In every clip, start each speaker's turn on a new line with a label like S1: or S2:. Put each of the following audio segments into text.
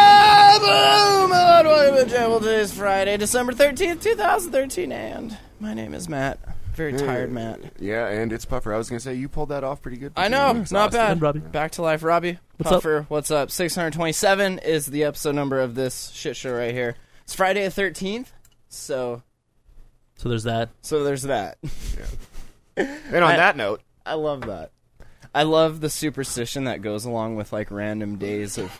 S1: Hello, my Lord, welcome to the Jam. Well, Today is Friday, December 13th, 2013, and my name is Matt. Very tired, Matt.
S2: Yeah, and it's Puffer. I was gonna say you pulled that off pretty good.
S1: I know,
S2: I'm
S1: not
S2: exhausted.
S1: bad.
S3: And Robbie.
S1: Back to life, Robbie.
S3: What's up?
S1: Puffer, what's up? 627 is the episode number of this shit show right here. It's Friday the 13th, so
S3: So there's that.
S1: so there's that.
S2: And on
S1: I-
S2: that note,
S1: I love that. I love the superstition that goes along with like random days of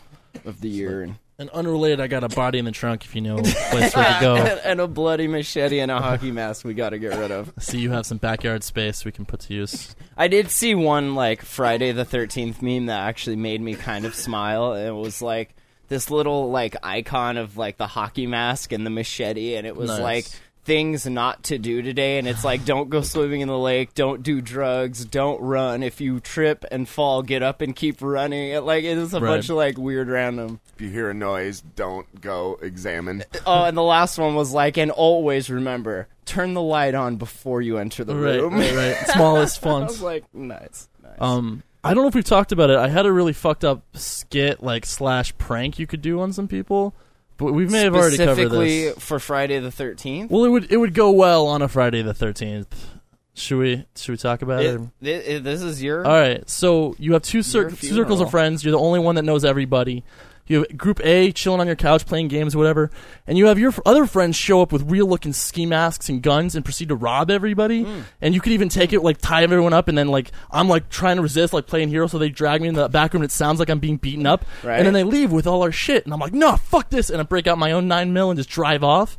S1: of the year and
S3: And unrelated, I got a body in the trunk. If you know a place where to go,
S1: and, and a bloody machete and a hockey mask we got to get rid of.
S3: see you have some backyard space we can put to use.
S1: I did see one like Friday the 13th meme that actually made me kind of smile. It was like this little like icon of like the hockey mask and the machete and it was
S3: Nice.
S1: like things not to do today and it's like don't go swimming in the lake, don't do drugs, don't run. If you trip and fall, get up and keep running. It, like it is a
S3: Right.
S1: bunch of like weird random.
S2: if you hear a noise, don't go examine.
S1: Oh, and the last one was like and always remember, turn the light on before you enter the
S3: Right,
S1: room.
S3: right, right. Smallest
S1: I
S3: font.
S1: was like nice. nice.
S3: Um, I don't know if we've talked about it. I had a really fucked up skit like slash prank you could do on some people, but we may have already covered
S1: specifically
S3: this.
S1: for Friday the Thirteenth.
S3: Well, it would it would go well on a Friday the thirteenth. Should we should we talk about it? or-
S1: this is your
S3: All right. So you have two, cir-
S1: Your
S3: two circles
S1: funeral.
S3: of friends. You're the only one that knows everybody. You have group A chilling on your couch playing games or whatever, and you have your f- other friends show up with real looking ski masks and guns and proceed to rob everybody.
S1: Hmm.
S3: And you could even take it like tie everyone up, and then like I'm like trying to resist, like playing hero, so they drag me in the back room. and It sounds like I'm being beaten up,
S1: Right.
S3: and then they leave with all our shit, and I'm like, no, fuck this, and I break out my own nine mil and just drive off.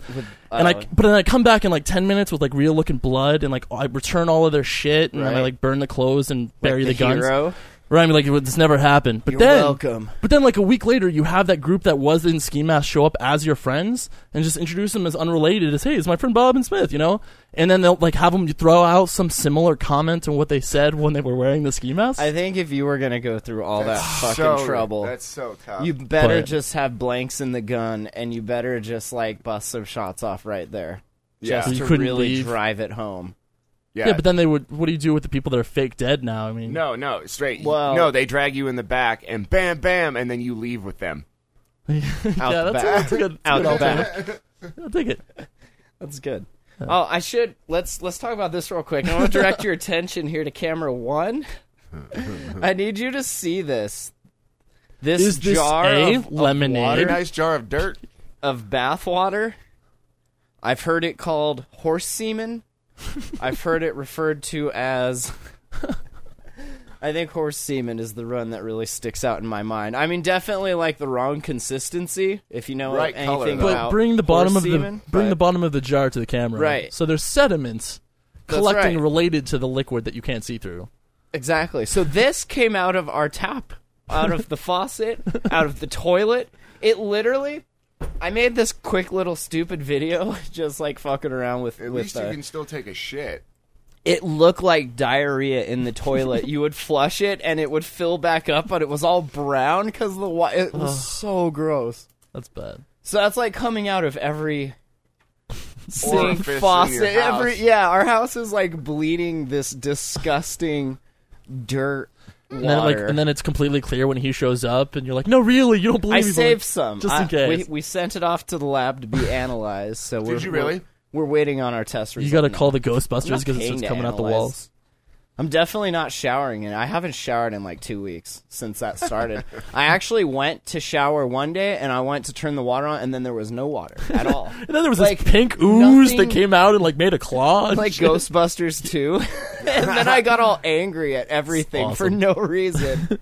S3: and I,
S1: oh.
S3: but then I come back in like ten minutes with like real looking blood, and like I return all of their shit, and then I
S1: Right.
S3: like burn the clothes and bury
S1: the,
S3: the, guns.
S1: hero.
S3: Right, I mean, like it would- this never happened. But
S1: You're
S3: then,
S1: welcome.
S3: But then, like a week later, you have that group that was in ski mask show up as your friends and just introduce them as unrelated. As hey, it's my friend Bob and Smith, you know. And then they'll like have them throw out some similar comment on what they said when they were wearing the ski mask.
S1: I think if you were gonna go through all that fucking
S2: So-
S1: trouble,
S2: That's so tough.
S1: you better
S3: But-
S1: just have blanks in the gun, and you better just like bust some shots off right there,
S2: yeah,
S3: So
S1: just
S3: you
S1: to
S3: couldn't
S1: really
S3: leave.
S1: drive it home.
S2: yeah.
S3: yeah, but then they would. What do you do with the people that are fake dead now? I mean,
S2: no, no, straight.
S1: Well-
S2: no, they drag you in the back and bam, bam, and then you leave with them.
S1: Out
S3: yeah,
S1: the
S3: that's, a,
S1: back.
S3: that's a good. That's a
S1: Out
S3: good
S1: the
S3: alternative.
S1: back.
S3: I'll take it.
S1: That's good. Oh, I should let's let's talk about this real quick. I want to direct your attention here to camera one. I need you to see this. This
S3: Is this
S1: jar
S3: a
S1: of, of
S3: lemonade?
S1: water-
S2: Nice jar of dirt.
S1: of bath water. I've heard it called horse semen. I've heard it referred to as. I think horse semen is the run that really sticks out in my mind. I mean, definitely like the wrong consistency. If you know
S2: Right
S1: anything
S2: color, though.
S3: But
S1: about
S3: bring the bottom
S1: horse
S3: of the
S1: semen,
S3: bring
S1: but-
S3: the bottom of the jar to the camera.
S1: Right.
S3: So there's sediments
S1: That's
S3: collecting
S1: right.
S3: related to the liquid that you can't see through.
S1: Exactly. So this came out of our tap, out of the faucet, out of the toilet. It literally. I made this quick little stupid video, just like fucking around with
S2: At
S1: with.
S2: least you
S1: uh,
S2: can still take a shit.
S1: It looked like diarrhea in the toilet. you would flush it, and it would fill back up, but it was all brown because the water. It was so gross.
S3: That's bad.
S1: So that's like coming out of every sink
S2: Orifice in your
S1: faucet. Every
S2: house.
S1: yeah, our house is like bleeding this disgusting dirt.
S3: And then, like,
S1: water.
S3: and then it's completely clear when he shows up, and you're like, "No, really, you don't believe
S1: I
S3: me?" but,
S1: saved
S3: like,
S1: some.
S3: just
S1: I-
S3: in case.
S1: We, we sent it off to the lab to be analyzed. So we're,
S2: you really?
S1: We're, we're waiting on our test results.
S3: you got to call the
S1: I'm not
S3: Ghostbusters because it
S1: paying
S3: starts
S1: to
S3: coming out the
S1: analyze.
S3: walls.
S1: I'm definitely not showering, and I haven't showered in like two weeks since that started. I actually went to shower one day, and I went to turn the water on, and then there was no water at all.
S3: And then there was
S1: Like,
S3: this pink ooze
S1: nothing-
S3: that came out and like made a claw. and
S1: like
S3: shit.
S1: Ghostbusters 2. and then I got all angry at everything
S3: It's
S1: for
S3: awesome.
S1: no reason.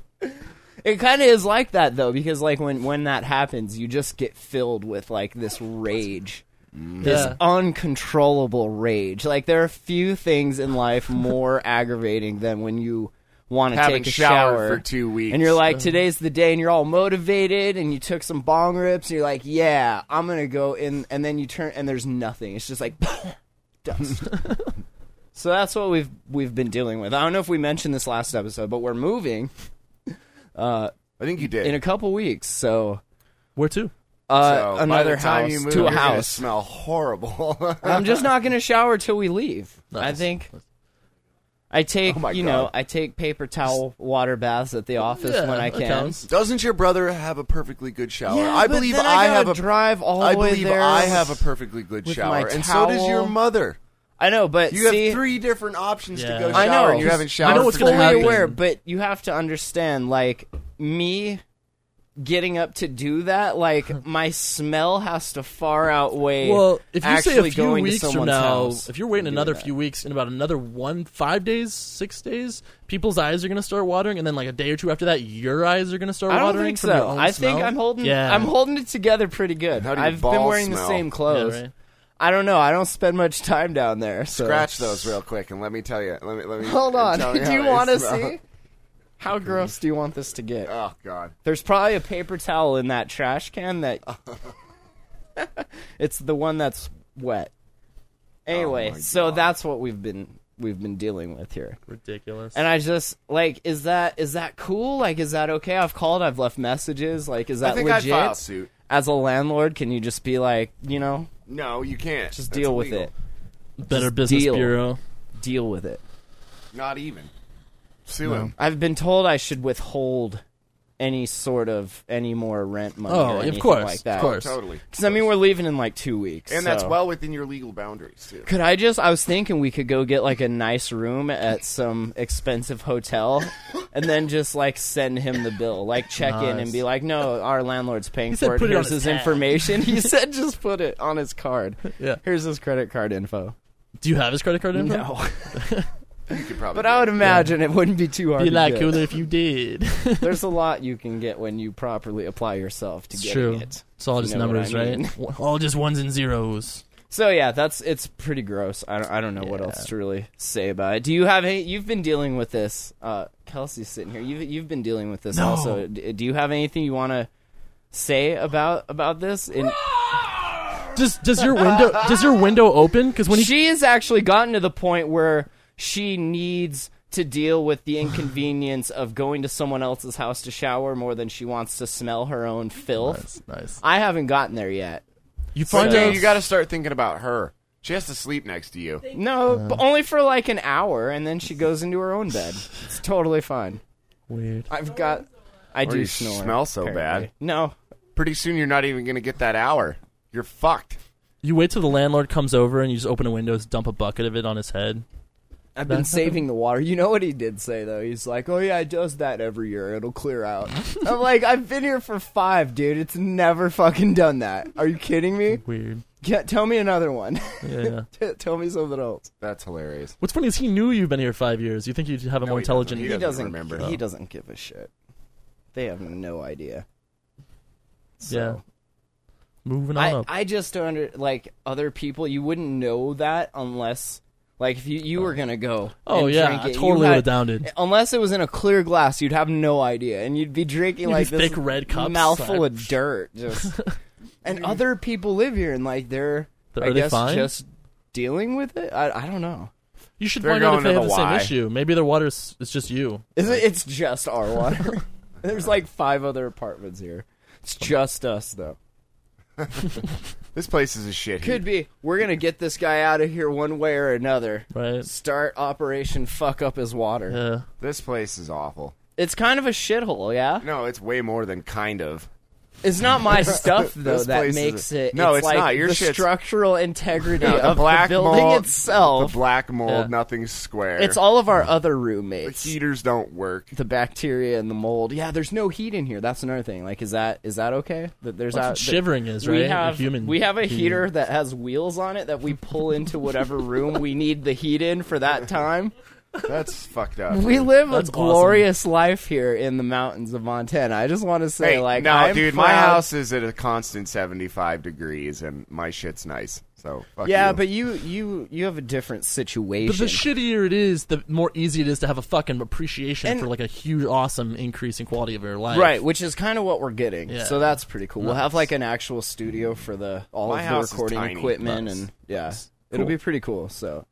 S1: it kind of is like that though because like when when that happens, you just get filled with like this rage this
S3: Yeah.
S1: uncontrollable rage. Like there are few things in life more aggravating than when you want to
S2: Haven't
S1: take a
S2: showered
S1: shower
S2: for two weeks.
S1: and you're like, today's the day, and you're all motivated, and you took some bong rips, and you're like, yeah, I'm gonna go in, and then you turn, and there's nothing. It's just like dust. so that's what we've we've been dealing with. I don't know if we mentioned this last episode, but we're moving
S2: I think you did.
S1: in a couple weeks, so.
S3: Where to?
S2: So
S1: Uh,
S2: by
S1: another
S2: the time
S1: house
S2: you move,
S1: to
S2: you're
S1: a
S2: gonna
S1: house.
S2: Smell horrible.
S1: I'm just not gonna shower till we leave. I
S3: Nice.
S1: think I take
S2: Oh my
S1: you know
S2: God.
S1: I take paper towel water baths at the office
S3: Yeah,
S1: when I
S3: that
S1: can.
S3: counts.
S2: Doesn't your brother have a perfectly good shower?
S1: Yeah,
S2: I
S1: but
S2: believe
S1: then
S2: I,
S1: I,
S2: have
S1: gotta
S2: a
S1: drive all
S2: I
S1: the way
S2: believe
S1: there.
S2: I have a perfectly good
S1: with
S2: shower,
S1: my
S2: and so does your
S1: towel.
S2: mother.
S1: I know, but
S2: You
S1: see,
S2: have three different options
S3: Yeah.
S2: to go shower.
S3: I
S1: know.
S2: and you haven't showered.
S3: I know what's
S2: for
S3: gonna
S2: two
S1: fully
S3: happen.
S2: weeks.
S1: aware, but you have to understand, like me getting up to do that, like my smell has to far outweigh.
S3: Well, if you say
S1: actually
S3: a few
S1: going to
S3: weeks from
S1: someone's
S3: now,
S1: house
S3: if you're waiting
S1: and doing
S3: another
S1: that.
S3: few weeks, in about another one, five days, six days, people's eyes are going to start watering, and then like a day or two after that, your eyes are going to start
S1: I don't
S3: watering.
S1: think
S3: from your
S1: so.
S3: own
S1: I think
S3: smell.
S1: I'm holding.
S3: Yeah.
S1: I'm holding it together pretty good.
S2: How do your
S1: I've been
S2: balls
S1: wearing the
S2: smell?
S1: same
S3: Yeah,
S1: clothes.
S3: right.
S1: I don't know. I don't spend much time down there. So.
S2: Scratch those real quick, and let me tell you. Let me let me
S1: Hold on.
S2: tell me
S1: do
S2: how
S1: you
S2: they
S1: want to
S2: smell.
S1: see? How gross do you want this to get?
S2: Oh God!
S1: There's probably a paper towel in that trash can that. it's the one that's wet. Anyway, so that's what we've been we've been dealing with here.
S3: Ridiculous.
S1: And I just like is that is that cool? Like is that okay? I've called, I've left messages. Like is that
S2: I think
S1: legit?
S2: I'd file suit.
S1: as a landlord, can you just be like, you know,
S2: No, you can't.
S1: just
S2: That's
S1: deal with
S2: illegal.
S1: it,
S3: Better Business
S1: deal.
S3: Bureau.
S1: deal with it?
S2: Not even. Sue him.
S1: I've been told I should withhold any sort of any more rent money.
S3: Oh,
S1: or
S3: of
S1: anything
S3: course,
S1: like that.
S3: of course.
S2: Oh, Totally.
S1: Because I mean, we're leaving in like two weeks,
S2: And that's
S1: so-
S2: well within your legal boundaries too.
S1: Could I just? I was thinking we could go get like a nice room at some expensive hotel, and then just like send him the bill, like check in and
S3: Nice.
S1: be like, "No, our landlord's paying
S3: said
S1: for it.
S3: put it on
S1: Here's his
S3: his tab."
S1: information." He said, "Just put it on his card.
S3: Yeah.
S1: Here's his credit card info."
S3: Do you have his credit card info?
S1: No,
S2: You could probably.
S1: but I would imagine it wouldn't be too hard.
S3: Be
S1: to
S3: like
S1: get.
S3: cooler if you did.
S1: There's a lot you can get when you properly apply yourself to
S3: it's
S1: getting
S3: true.
S1: it.
S3: It's all
S1: You
S3: just
S1: know what I
S3: numbers,
S1: mean.
S3: right? all just ones and zeros.
S1: So yeah, that's it's pretty gross. I don't, I don't know what else to really say about it. Do you have any? You've been dealing with this. Uh, Kelsey's sitting here. You've you've been dealing with this
S3: No.
S1: also. D- do you have anything you want to say about about this? And
S3: Does does your window does your window open? Because when he
S1: she has actually gotten to the point where she needs to deal with the inconvenience of going to someone else's house to shower more than she wants to smell her own filth.
S3: nice, nice. uh,
S1: I haven't gotten there yet.
S3: You
S2: But
S3: find
S2: dude,
S3: out
S2: you got to start thinking about her. She has to sleep next to you.
S1: No,
S3: Uh-huh.
S1: but only for like an hour, and then she goes into her own bed. It's totally fine.
S3: weird.
S1: I've got. I do
S2: you
S1: snore.
S2: smell so bad.
S1: No,
S2: Pretty soon, you're not even going to get that hour. You're fucked.
S3: You wait till the landlord comes over and you just open the windows, dump a bucket of it on his head.
S1: I've been
S3: That's-
S1: saving the water. You know what he did say though? He's like, "Oh yeah, I does that every year. It'll clear out." I'm like, "I've been here for five, dude. It's never fucking done that. Are you kidding me?
S3: Weird.
S1: Yeah, tell me another one.
S3: Yeah.
S1: T- tell me something else."
S2: That's hilarious.
S3: What's funny is he knew you've been here five years. You think you'd have a more
S2: he doesn't.
S3: intelligent.
S2: He
S1: He
S2: doesn't
S1: doesn't
S2: remember.
S1: He doesn't give a shit. They have no idea.
S3: Yeah.
S1: So-
S3: Moving on
S1: I,
S3: up.
S1: I just don't under like other people. You wouldn't know that unless like if you, you were gonna go.
S3: Oh,
S1: and
S3: yeah,
S1: drink it,
S3: I
S1: you
S3: totally
S1: had-
S3: would've downed it.
S1: Unless it was in a clear glass, you'd have no idea, and you'd be drinking
S3: You'd
S1: like
S3: be
S1: this
S3: thick red cups,
S1: mouthful
S3: like-
S1: of dirt. Just and other people live here, and like they're,
S3: Th-
S1: I
S3: are they
S1: guess
S3: fine?
S1: just dealing with it. I, I don't know.
S3: you should
S2: They're
S3: find out
S2: going
S3: if they
S2: to
S3: have
S2: the
S3: the same
S2: Y.
S3: issue. Maybe their water's it's just you.
S1: Is it? It's just our water. There's like five other apartments here. It's just us though.
S2: This place is a shit.
S1: Could be. We're gonna get this guy out of here one way or another.
S3: Right.
S1: start operation fuck up his water.
S3: Yeah.
S2: This place is awful.
S1: It's kind of a shithole, yeah.
S2: No, it's way more than kind of.
S1: It's not my stuff though
S2: This
S1: that
S2: place is-
S1: makes it.
S2: No, it's
S1: like
S2: not. Your
S1: the
S2: shit's-
S1: structural integrity
S2: No,
S1: of
S2: black
S1: the building
S2: mold,
S1: itself.
S2: The black mold.
S3: Yeah.
S2: Nothing's square.
S1: it's all of our other
S2: The
S1: roommates.
S2: heaters don't work.
S1: The bacteria and the mold. Yeah, there's no heat in here. That's another thing. Like, is that is that okay? That there's
S3: That's
S1: that,
S3: what shivering is,
S1: uh, We
S3: right? The
S1: have
S3: human
S1: we have a
S3: heat.
S1: heater that has wheels on it that we pull into whatever room we need the heat in for that time.
S2: That's fucked up.
S1: We live
S3: That's
S1: a glorious life here in the mountains of Montana. I just want to say,
S2: Hey,
S1: like,
S2: no,
S1: I'm
S2: dude,
S1: proud-
S2: my house is at a constant seventy-five degrees, and my shit's nice. So fuck
S1: Yeah,
S2: you.
S1: but you, you, you have a different situation.
S3: But the shittier it is, the more easy it is to have a fucking appreciation
S1: And-
S3: for like a huge, awesome increase in quality of your life.
S1: Right, which is kind of what we're getting.
S3: Yeah.
S1: So that's pretty cool. We'll
S3: Nice.
S1: have like an actual studio for the all
S2: My
S1: of the
S2: house is
S1: recording
S2: tiny.
S1: equipment
S3: Nice.
S1: and yeah. It'll be pretty cool. So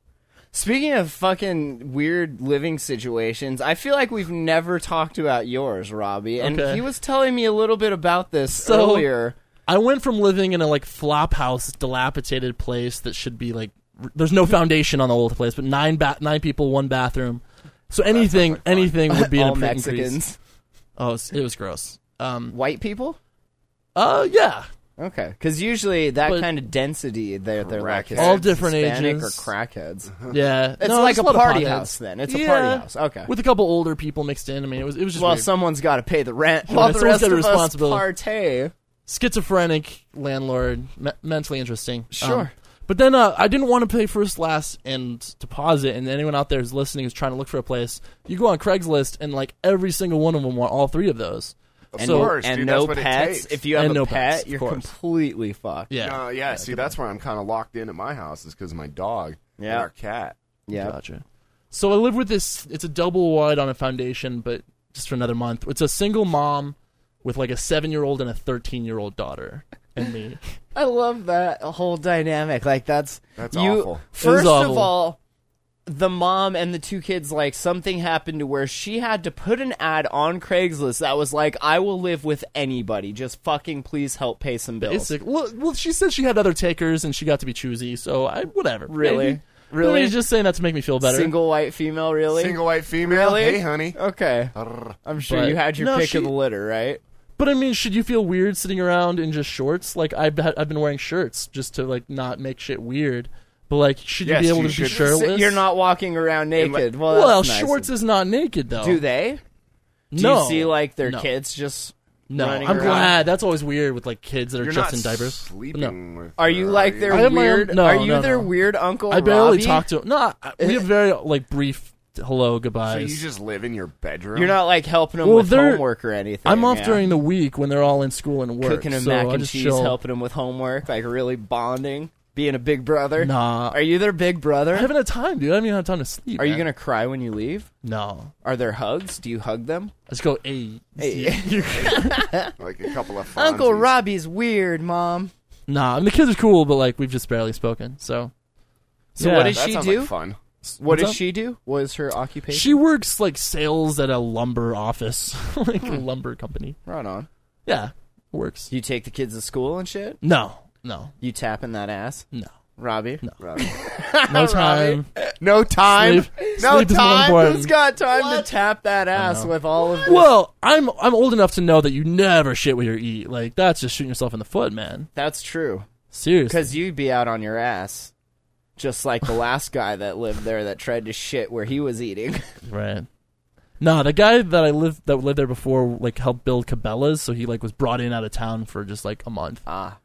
S1: Speaking of fucking weird living situations, I feel like we've never talked about yours, Robbie. And
S3: Okay.
S1: he was telling me a little bit about this
S3: So-
S1: earlier.
S3: I went from living in a like flop house, dilapidated place that should be like r- there's no foundation on the whole place, but nine ba- nine people, one bathroom. So anything, anything would be an
S1: all
S3: impre- increase.
S1: Mexicans,
S3: Oh, it's- it was gross. Um.
S1: white people.
S3: Uh. Yeah.
S1: Okay, because usually that
S3: But-
S1: kind of density, they're they're like
S2: Crackheads.
S1: it's
S3: All different
S1: Hispanic
S3: ages.
S1: or crackheads.
S3: Yeah.
S1: It's
S3: No,
S1: like
S3: there's
S1: a
S3: lot of
S1: party
S3: potheads.
S1: house. Then it's a
S3: Yeah.
S1: party house. Okay,
S3: With a couple older people mixed in. I mean, it was it was just
S1: well,
S3: weird.
S1: someone's got to pay the rent while the rest
S3: someone's got
S1: of
S3: a
S1: us
S3: responsibility.
S1: partay.
S3: schizophrenic landlord, me- mentally interesting. Um,
S1: Sure.
S3: but then uh, I didn't want to pay first, last, and deposit. And anyone out there who's listening who's trying to look for a place, you go on Craigslist, and like every single one of them want all three of those.
S1: And,
S3: so
S2: course,
S1: and
S2: dude,
S1: no
S2: that's what it
S1: pets.
S2: takes.
S1: If you have
S3: And
S1: a
S3: no
S1: pet,
S3: pets, of
S1: you're
S3: course.
S1: completely fucked.
S3: yeah,
S2: Uh, yeah, see, that's where I'm kind of locked in at my house is because my dog
S1: Yeah.
S2: and our cat.
S1: Yeah.
S3: gotcha. So I live with this. It's a double wide on a foundation, but just for another month. It's a single mom with like a seven year old and a thirteen year old daughter. And me.
S1: I love that whole dynamic. Like that's
S2: That's
S1: you,
S2: awful.
S1: First
S3: It is
S1: of
S3: awful.
S1: all, the mom and the two kids like something happened to where she had to put an ad on Craigslist that was like, "I will live with anybody. Just fucking please help pay some bills."
S3: Basic. Well, well, she said she had other takers and she got to be choosy, so I whatever.
S1: Really?
S3: Maybe.
S1: Really?
S3: Maybe he's just saying that to make me feel better.
S1: Single white female, really?
S2: Single white female.
S1: Really?
S2: Hey, honey.
S1: Okay, I'm sure
S3: But-
S1: you had your
S3: No,
S1: pick
S3: she-
S1: of the litter, right?
S3: But I mean, should you feel weird sitting around in just shorts? Like I've had- I've been wearing shirts just to like not make shit weird. But like, should
S2: Yes,
S3: you be able
S2: you
S3: to be
S2: should.
S3: shirtless?
S1: You're not walking around naked. well, that's
S3: Well,
S1: nice.
S3: shorts is not naked though.
S1: Do they? Do
S3: no.
S1: you see like their
S3: No.
S1: kids just?
S3: No,
S1: running
S3: I'm
S1: around?
S3: glad. That's always weird with like kids that are
S2: You're not
S3: just in diapers. But No.
S2: sleeping with
S1: Are you
S2: her,
S1: like
S2: are
S1: their
S3: I have my own-
S1: weird?
S3: no,
S1: are you
S3: no,
S1: their
S3: no.
S1: weird uncle?
S3: I barely
S1: Robbie?
S3: talk to. No, I- we
S1: Eh.
S3: have very like brief hello goodbyes.
S2: So you just live in your bedroom?
S1: You're not like helping them
S3: Well,
S1: with
S3: they're-
S1: homework or anything.
S3: I'm off
S1: yeah.
S3: during the week when they're all in school and work.
S1: cooking them
S3: so
S1: mac
S3: I
S1: and
S3: just
S1: cheese,
S3: chill.
S1: helping them with homework, like really bonding, being a big brother.
S3: Nah.
S1: are you their big brother?
S3: I haven't had time, dude. I haven't even had time to sleep.
S1: Are you
S3: man.
S1: gonna cry when you leave?
S3: No.
S1: Are there hugs? Do you hug them?
S3: Let's go eight.
S2: like a couple of
S1: Uncle
S2: Fonzies.
S1: Robbie's weird, mom.
S3: Nah, I mean, the kids are cool, but like we've just barely spoken. So,
S1: So
S3: Yeah.
S1: what does
S2: That
S1: she
S2: sounds
S1: do?
S2: like fun.
S1: what does
S3: up?
S1: she do? What is her occupation?
S3: she works like sales at a lumber office, like a
S1: Hmm.
S3: lumber company.
S1: right on.
S3: Yeah, works.
S1: You take the kids to school and shit.
S3: No, no,
S1: You tapping that ass,
S3: no,
S1: Robbie. No,
S3: no time.
S2: No time.
S3: Sleep-
S2: No
S3: sleep is more
S2: time.
S3: important.
S1: Who's got time to tap that ass with all of? The-
S3: Well, I'm I'm old enough to know that you never shit where you eat. Like that's just shooting yourself in the foot, man.
S1: That's true.
S3: Seriously.
S1: Because you'd be out on your ass, just like the last guy that lived there that tried to shit where he was eating.
S3: Right. No, the guy that I lived that lived there before like helped build Cabela's, so he like was brought in out of town for just like a month.
S1: Ah.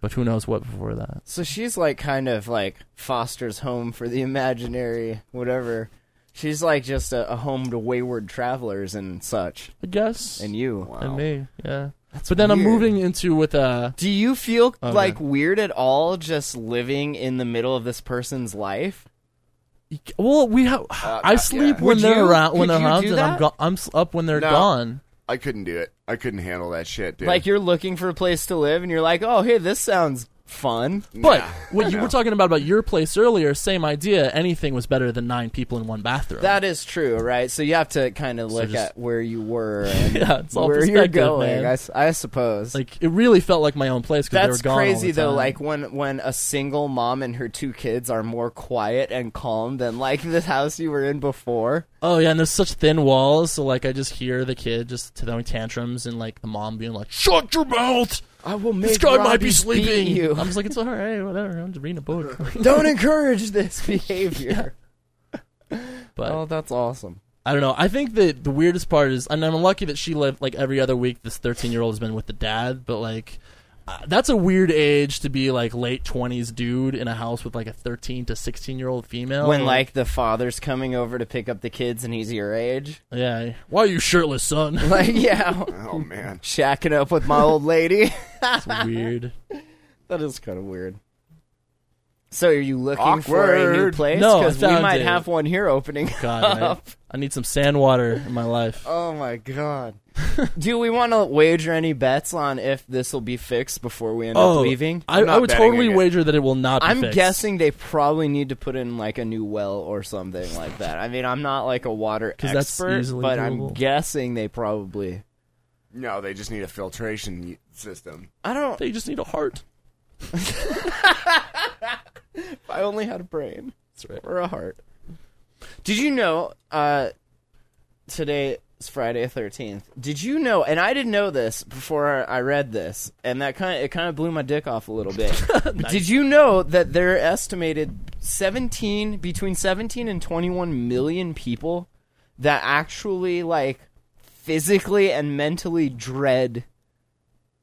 S3: But who knows what before that?
S1: So she's like kind of like Foster's home for the imaginary whatever. She's like just a, a home to wayward travelers and such.
S3: I guess.
S1: And you.
S3: and me. Yeah. but then I'm
S1: weird.
S3: moving into with uh
S1: Do you feel
S3: Okay.
S1: like weird at all just living in the middle of this person's life?
S3: well we have I
S2: yeah,
S3: sleep
S2: yeah.
S3: when
S1: Uh, Would
S3: they're
S1: you-
S3: around when
S1: could
S3: they're
S1: you
S3: around
S1: do
S3: and I'm
S1: that?
S3: go- I'm s- up when they're
S2: No.
S3: gone.
S2: I couldn't do it. I couldn't handle that shit, dude.
S1: Like you're looking for a place to live and you're like, "Oh, hey, this sounds fun."
S3: But what you were talking about about your place earlier, same idea. Anything was better than nine people in one bathroom.
S1: That is true, right? So you have to kind of look
S3: just-
S1: at where you were and
S3: yeah, it's all
S1: where you're
S3: perspective,
S1: going.
S3: man.
S1: I, s- I suppose.
S3: like it really felt like my own place because they were
S1: That's
S3: gone. all
S1: crazy
S3: the
S1: though.
S3: time.
S1: Like when when a single mom and her two kids are more quiet and calm than like this house you were in before.
S3: Oh yeah, and there's such thin walls, so like I just hear the kid just throwing tantrums and like the mom being like, "Shut your mouth!
S1: I will make
S3: This guy might be
S1: Robbie beat
S3: sleeping."
S1: you.
S3: I'm just like, "It's all right, whatever. I'm just reading a book."
S1: Don't encourage this behavior.
S3: but
S1: Oh, that's awesome.
S3: I don't know. I think that the weirdest part is, and I'm lucky that she lived like every other week. This 13 year old has been with the dad, but like that's a weird age to be like late twenties dude in a house with like a thirteen to sixteen year old female.
S1: when like the father's coming over to pick up the kids and he's your age.
S3: yeah, why are you shirtless, son?
S1: Like yeah,
S2: Oh man.
S1: shacking up with my old lady.
S3: It's weird.
S1: that is kind of weird. So are you looking for a new
S2: Awkward.
S1: place?
S3: No, I
S1: because we
S3: found
S1: might
S3: it.
S1: have one here opening.
S3: God, I, I need some sand water in my life.
S1: Oh my god. Do we want to wager any bets on if this will be fixed before we end
S3: Oh,
S1: up leaving?
S3: I,
S2: I'm
S3: I
S2: not
S3: would
S2: betting
S3: totally
S2: again.
S3: wager that it will not. Be
S1: I'm
S3: fixed.
S1: guessing they probably need to put in like a new well or something like that. I mean, I'm not like a water
S3: 'Cause
S1: expert,
S3: that's easily
S1: but I'm
S3: doable.
S1: guessing they probably.
S2: No, they just need a filtration y- system.
S1: I don't.
S3: they just need a heart.
S1: I only had a brain
S3: That's right.
S1: or a heart. Did you know? Uh, today is Friday 13th. Did you know? And I didn't know this before I read this, and that kind of it kind of blew my dick off a little bit. But Did you know that there are estimated 17 between 17 and 21 million people that actually like physically and mentally dread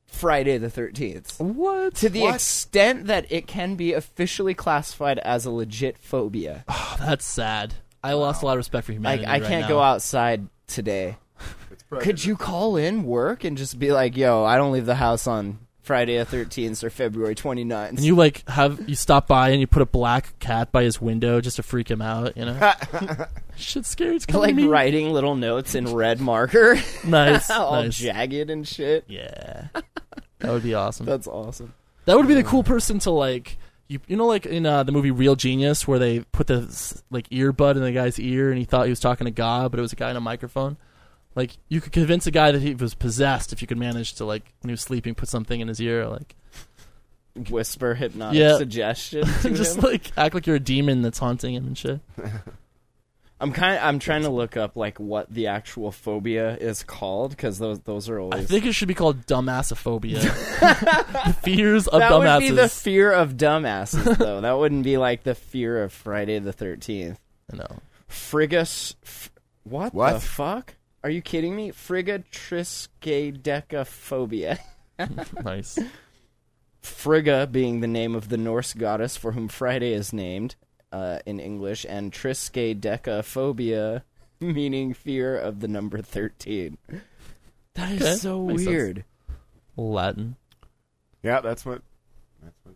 S1: Friday the 13th?
S3: What?
S1: To the extent that it can be officially classified as a legit phobia.
S3: Oh, That's sad. I lost a lot of respect for humanity.
S1: Like I
S3: right
S1: can't
S3: now.
S1: go outside today. Could you call in work and just be like, "Yo, I don't leave the house on Friday the 13th or February 29th."
S3: And you like have you stop by and you put a black cat by his window just to freak him out. You know, shit scary. It's
S1: like
S3: killing me.
S1: writing little notes in red marker,
S3: Nice.
S1: all
S3: nice.
S1: jagged and shit.
S3: Yeah. That would be awesome.
S1: That's awesome.
S3: That would be the cool person to like. You, you know, like in uh, the movie Real Genius, where they put the s- like earbud in the guy's ear, and he thought he was talking to God, but it was a guy in a microphone. Like you could convince a guy that he was possessed if you could manage to like when he was sleeping, put something in his ear, like
S1: Whisper hypnotic
S3: Yeah.
S1: suggestion. To
S3: just
S1: him.
S3: like act like you're a demon that's haunting him and shit.
S1: I'm kind. Of, I'm trying to look up like what the actual phobia is called because those those are
S3: I
S1: always.
S3: think it should be called dumbassophobia. The Fears of
S1: that
S3: dumbasses.
S1: would be the fear of dumbasses, though. that wouldn't be like the fear of Friday the Thirteenth.
S3: no.
S1: Frigus. F- what, the
S2: What?
S1: fuck? Are you kidding me? Frigatriskaidekaphobia.
S3: Nice.
S1: Frigga being the name of the Norse goddess for whom Friday is named uh, in English, and Triskaidekaphobia meaning fear of the number 13. That is
S3: Okay,
S1: so
S3: makes sense.
S1: weird.
S3: Latin.
S2: Yeah, that's what. That's what.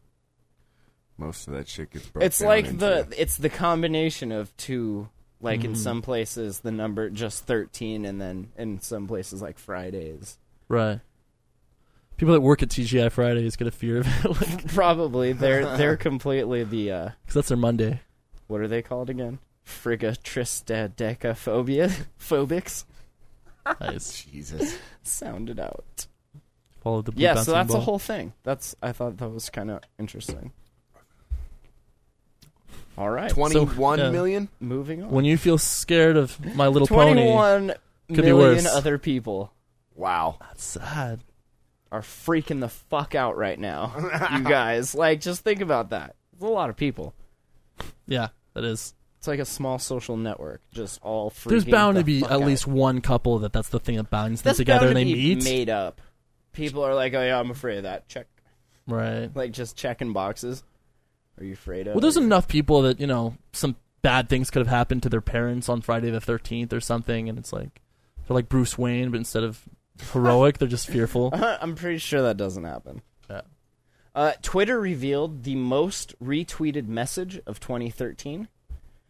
S2: Most of that shit gets broken.
S1: It's like the it's the combination of two like
S3: Hmm.
S1: in some places the number just 13 and then in some places like Fridays.
S3: Right. People that work at TGI Fridays get a fear of it because
S1: Probably they're they're completely the uh
S3: that's their Monday.
S1: what are they called again? Frigatristadecaphobia phobics
S3: Nice.
S2: Jesus.
S1: sounded out.
S3: Follow the blue
S1: Yeah, so
S3: bouncing
S1: that's
S3: ball.
S1: a whole thing. That's I thought that was kind of interesting. All right,
S2: Twenty-one
S3: yeah.
S2: million?
S1: moving on.
S3: When you feel scared of My Little Pony,
S1: Twenty-one
S3: Could be
S1: million
S3: worse.
S1: other people
S2: Wow.
S3: that's sad.
S1: are freaking the fuck out right now. you guys, like, just think about that. It's a lot of people.
S3: Yeah, that is.
S1: It's like a small social network, just all freaking.
S3: There's bound
S1: the
S3: to be
S1: fuck
S3: at
S1: out.
S3: least one couple that that's the thing that binds them
S1: that's
S3: together
S1: bound
S3: and
S1: to
S3: they
S1: be
S3: meet.
S1: made up. People are like, oh yeah, I'm afraid of that. Check,
S3: Right.
S1: like, just checking boxes. Are you afraid of?
S3: Well, there's
S1: it?
S3: enough people that you know some bad things could have happened to their parents on Friday the 13th or something, and it's like they're like Bruce Wayne, but instead of heroic, they're just fearful.
S1: I'm pretty sure that doesn't happen.
S3: Yeah.
S1: Uh, Twitter revealed the most retweeted message of 2013.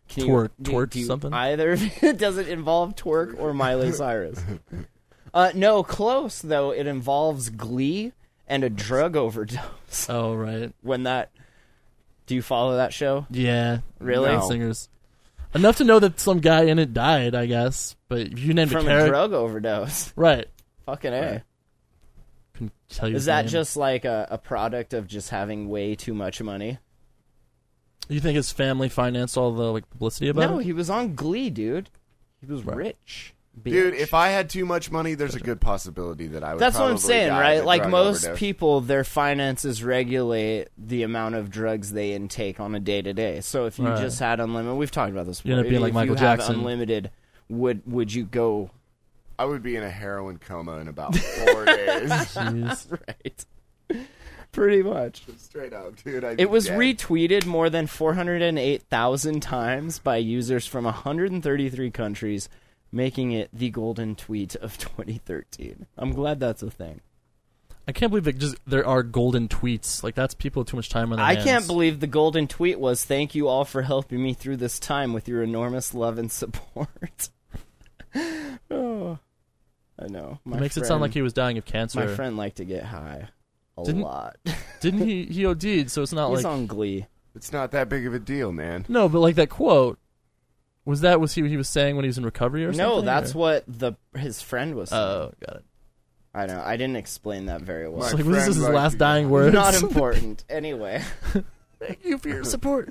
S1: Can
S3: Twerk-
S1: do-
S3: twerk
S1: do
S3: something?
S1: Either does it involve twerk or Miley Cyrus? Uh, no, close though. It involves Glee and a drug overdose.
S3: Oh right,
S1: When that, do you follow that show?
S3: yeah,
S1: Really?
S2: No.
S3: singers. Enough to know that some guy in it died, I guess. But if you named
S1: From
S3: a
S1: a
S3: character,
S1: drug overdose.
S3: right?
S1: Fucking a.
S3: Couldn't tell you
S1: Is
S3: his
S1: that
S3: name.
S1: just like a, a product of just having way too much money?
S3: You think his family financed all the like publicity about
S1: no,
S3: it?
S1: he was on Glee, dude. He was
S3: Right.
S1: rich.
S2: Dude,
S1: bitch.
S2: if I had too much money, there's a good possibility that I would.
S1: That's what I'm
S2: probably
S1: saying,
S2: die of
S1: right?
S2: a
S1: Like
S2: drug
S1: most
S2: overdose.
S1: people, their finances regulate the amount of drugs they intake on a day to day. So if you
S3: Right.
S1: just had unlimited, we've talked about this. Before.
S3: You end up being like
S1: if
S3: Michael
S1: you have
S3: Jackson.
S1: unlimited, would would you go
S2: I would be in a heroin coma in about four days.
S3: Jeez.
S1: right? Pretty much.
S2: Straight up, dude. I'd be
S1: It was
S2: dead.
S1: retweeted more than 408,000 times by users from 133 countries, making it the golden tweet of 2013. I'm glad that's a thing.
S3: I can't believe that just there are golden tweets. Like that's people with too much time on their
S1: I
S3: hands.
S1: can't believe the golden tweet was thank you all for helping me through this time with your enormous love and support. oh, I know. My
S3: It makes it sound like
S1: friend-
S3: he was dying of cancer.
S1: My friend liked to get high a
S3: Didn't-
S1: lot.
S3: Didn't he? He OD'd, so it's not
S1: He's
S3: like
S1: on Glee.
S2: It's not that big of a deal, man.
S3: no, but like that quote was that was he he was saying when he was in recovery or something?
S1: No, that's
S3: or?
S1: what the his friend was. saying.
S3: Oh, got it.
S1: I know. I didn't explain that very well.
S2: My
S3: It's like this is his
S2: friend
S3: last
S2: liked-
S3: dying words.
S1: Not important. Anyway,
S3: Thank you for your support.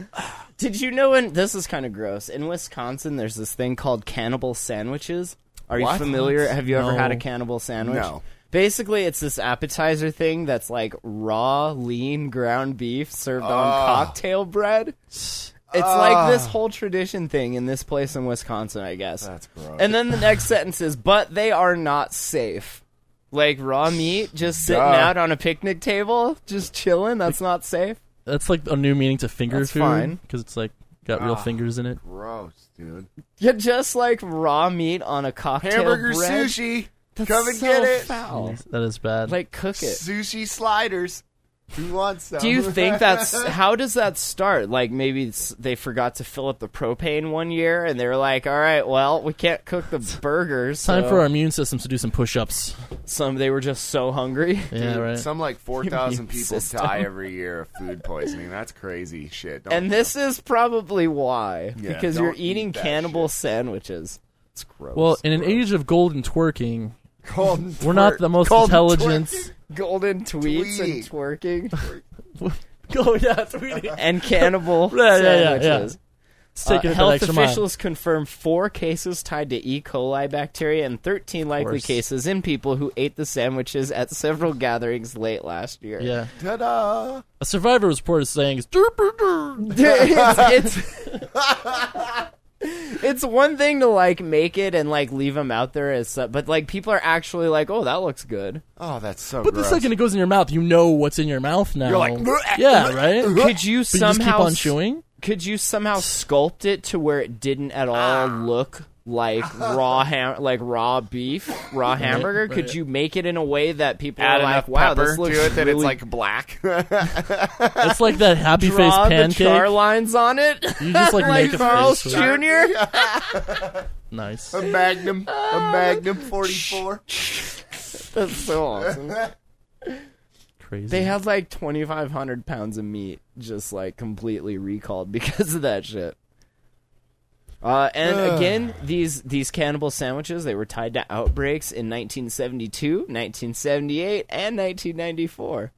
S1: did you know? In this is kind of gross. In Wisconsin, there's this thing called cannibal sandwiches. Are you
S2: What?
S1: familiar? Have you ever
S3: No.
S1: had a cannibal sandwich?
S2: No.
S1: Basically, it's this appetizer thing that's like raw, lean ground beef served on
S2: Ah.
S1: cocktail bread. It's like this whole tradition thing in this place in Wisconsin, I guess.
S2: That's gross.
S1: And then the next sentence is, but they are not safe. Like raw meat just sitting
S2: Duh.
S1: out on a picnic table, just chilling, that's not safe.
S3: That's like a new meaning to finger
S1: That's
S3: food
S1: fine. Ah.
S3: because it's like got real fingers in it.
S2: Gross, dude.
S1: Yeah, just like raw meat on a cocktail
S2: Hamburger
S1: bread.
S2: sushi.
S1: That's
S2: Come and
S1: so
S2: get it.
S1: Foul.
S3: That is bad.
S1: Like cook it.
S2: Sushi sliders. Who wants some?
S1: Do you think that's how does that start? Like maybe it's, they forgot to fill up the propane one year, and they were like, "All right, well, we can't cook the burgers."
S3: Time
S1: so
S3: for our immune systems to do some push-ups.
S1: some. They were just so hungry.
S3: Yeah, right.
S2: Some like four thousand
S1: Immune
S2: people
S1: system.
S2: die every year of food poisoning. That's crazy shit. Don't-
S1: And this is probably why,
S2: Yeah,
S1: because you're
S2: don't eat
S1: eating
S2: that
S1: cannibal sandwiches. It's gross.
S3: well, in an age of golden twerking,
S2: Golden
S3: we're not
S2: twerk.
S3: the most
S2: Golden
S3: intelligent.
S2: twerk.
S1: golden tweets and twerking
S3: oh yeah, tweeting.
S1: and cannibal
S3: Yeah, yeah, yeah, yeah.
S1: sandwiches.
S3: It's taking
S1: Uh,
S3: it that
S1: health
S3: extra mile.
S1: officials confirm four cases tied to E. coli bacteria and 13 likely
S3: course.
S1: cases in people who ate the sandwiches at several gatherings late last year.
S3: Yeah,
S2: Ta-da!
S3: a survivor was reported saying, "It's derp, derp."
S1: it's, it's, it's one thing to like make it and like leave them out there as su- but like people are actually like, oh, that looks good.
S2: Oh, that's so.
S3: But the
S2: gross.
S3: second it goes in your mouth, you know what's in your mouth now.
S2: You're like,
S3: yeah, right. But
S1: Could you
S3: you just keep
S1: somehow
S3: on chewing.
S1: could you somehow sculpt it to where it didn't at all
S3: Ah.
S1: look like raw ham like raw beef, raw hamburger? Could
S3: right.
S1: you make it in a way that people
S2: add
S1: are like,
S2: enough
S1: wow,
S2: pepper
S1: this looks
S2: to it that it's
S1: really-
S2: like black.
S3: It's like that happy face
S1: draw the
S3: pancake.
S1: char lines on it?
S3: you just like, make a
S1: Charles
S3: face.
S1: Jr.
S3: Nice.
S2: a Magnum, a Magnum 44.
S1: That's so awesome.
S3: Crazy.
S1: They had like 2,500 pounds of meat just like completely recalled because of that shit. Uh, and again, these these cannibal sandwiches they were tied to outbreaks in 1972, 1978, and 1994.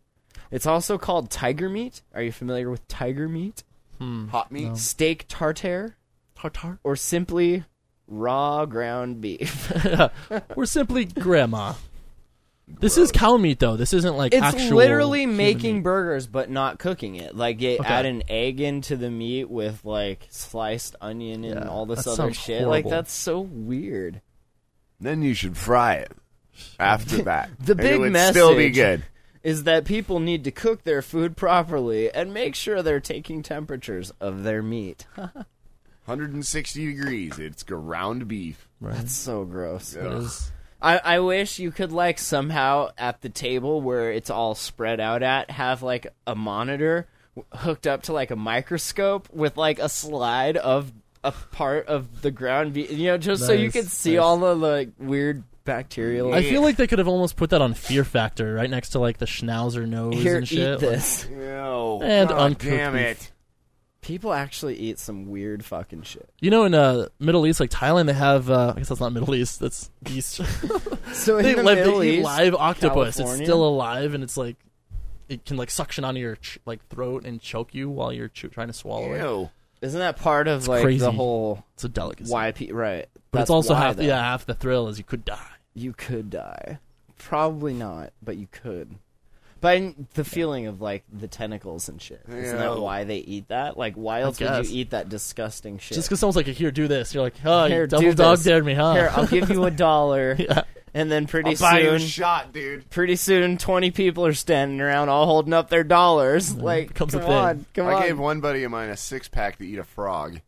S1: It's also called tiger meat. Are you familiar with tiger meat?
S2: Hot meat.
S1: Steak tartare,
S3: tartar.
S1: or simply raw ground beef. Uh,
S3: We're simply grandma. This is cow meat though. This isn't like
S1: It's
S3: actual
S1: literally
S3: human
S1: making
S3: meat.
S1: burgers but not cooking it. Like they add an egg into the meat with like sliced onion and
S3: Yeah,
S1: all this
S3: that
S1: other
S3: sounds
S1: shit. Like
S3: horrible.
S1: that's so weird.
S2: Then you should fry it. After that,
S1: The
S2: And
S1: big
S2: it would still be
S1: message-
S2: good.
S1: Is that people need to cook their food properly and make sure they're taking temperatures of their meat.
S2: 160 degrees. It's ground beef.
S1: That's so gross.
S2: Ugh.
S1: I, I wish you could like somehow at the table where it's all spread out at have like a monitor w- hooked up to like a microscope with like a slide of a part of the ground be- you know just so you
S3: Nice,
S1: could see
S3: nice.
S1: all the like weird bacterial
S3: I feel like they could have almost put that on Fear Factor, right next to like the schnauzer nose
S1: here
S3: and
S1: eat
S3: shit. Like,
S1: this
S2: Ew.
S3: And
S2: God
S3: uncooked
S2: damn
S3: beef.
S2: it.
S1: people actually eat some weird fucking shit
S3: you know, in uh, Middle East, like Thailand, they have. Uh, I guess that's not Middle East. That's East.
S1: so in
S3: they
S1: the
S3: live.
S1: Middle
S3: they eat
S1: East,
S3: live octopus.
S1: California?
S3: It's still alive, and it's like it can like suction onto your ch- like throat and choke you while you're chew- trying to swallow it.
S2: Ew.
S1: isn't that part of like
S3: crazy.
S1: the whole
S3: It's a delicacy.
S1: why pe- right
S3: But
S1: That's
S3: it's also
S1: why,
S3: half.
S1: though.
S3: Yeah, half the thrill is you could die.
S1: you could die. Probably not, but you could. But I- the feeling of like the tentacles and shit. Isn't that
S2: Yeah.
S1: why they eat that? Like, why else would
S3: guess.
S1: you eat that disgusting shit?
S3: Just because someone's like, "Here, do this," you're like, "Oh,
S1: Here,
S3: you double
S1: do
S3: dog
S1: this.
S3: dared me, huh?"
S1: Here, I'll give you a dollar.
S3: Yeah.
S1: and then pretty
S2: I'll buy you a
S1: soon,
S2: shot, dude.
S1: pretty soon, twenty people are standing around all holding up their dollars. Like,
S3: becomes a
S1: come
S3: thing.
S1: on, come
S2: I
S1: on.
S2: gave one buddy of mine a six pack to eat a frog.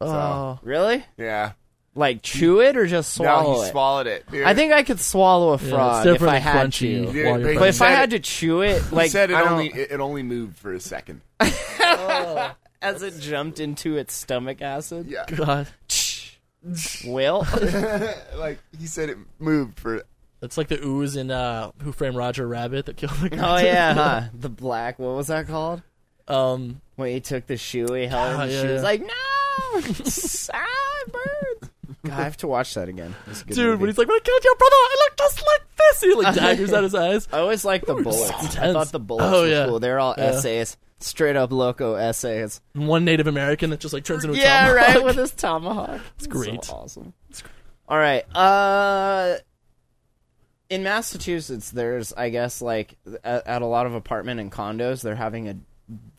S3: Oh.
S1: Really?
S2: Yeah.
S1: Like chew it or just
S2: No,
S1: swallow
S2: he
S1: it?
S2: swallowed it. dude.
S1: I think I could swallow a
S3: Yeah,
S1: frog
S3: it's
S1: if I
S3: different
S1: had
S3: than crunchy.
S1: to.
S2: Yeah,
S3: while
S2: but
S3: you're
S1: But if I
S2: said
S1: had
S2: it-
S1: to chew it,
S2: he
S1: like
S2: said it
S1: I don't-
S2: only it, it only moved for a second.
S1: as it jumped into its stomach acid.
S2: Yeah.
S3: God.
S1: Well, oh,
S2: like he said it moved for
S3: That's like the ooze in uh, Who Framed Roger Rabbit that killed the
S1: oh yeah, huh? the black. What was that called?
S3: Um,
S1: When he took the shoe, he held
S3: Ah,
S1: it.
S3: yeah,
S1: she was
S3: yeah.
S1: like, "No, ah, it burns." God, I have to watch that again. It's a good
S3: dude,
S1: movie.
S3: when he's like, when I killed your brother, I look just like this. He like daggers out his eyes.
S1: I always like the
S3: Ooh,
S1: bullets.
S3: so
S1: I
S3: intense.
S1: thought the bullets
S3: Oh,
S1: were
S3: yeah.
S1: cool. They're all
S3: Yeah.
S1: essays, straight up loco essays.
S3: And one Native American that just like turns into a
S1: Yeah,
S3: tomahawk.
S1: right. With his tomahawk. It's
S3: great.
S1: awesome. All right. Uh, in Massachusetts, there's, I guess, like at, at a lot of apartment and condos, they're having a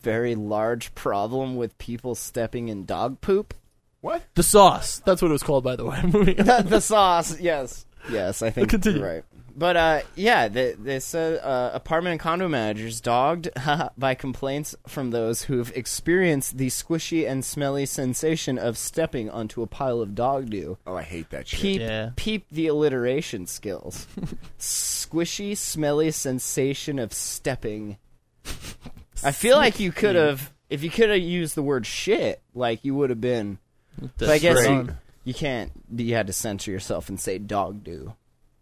S1: very large problem with people stepping in dog poop.
S2: what?
S3: The sauce. That's what it was called, by the way. Moving on.
S1: the, the sauce. Yes. Yes, I think
S3: Continue.
S1: you're right. But uh, yeah, they, they said uh, apartment and condo managers dogged by complaints from those who've experienced the squishy and smelly sensation of stepping onto a pile of dog dew.
S2: Oh, I hate that shit.
S1: Peep,
S3: Yeah.
S1: peep the alliteration skills. squishy, smelly sensation of stepping. I feel like you could have, if you could have used the word shit, like you would have been but I guess you, you can't. You had to censor yourself and say dog do.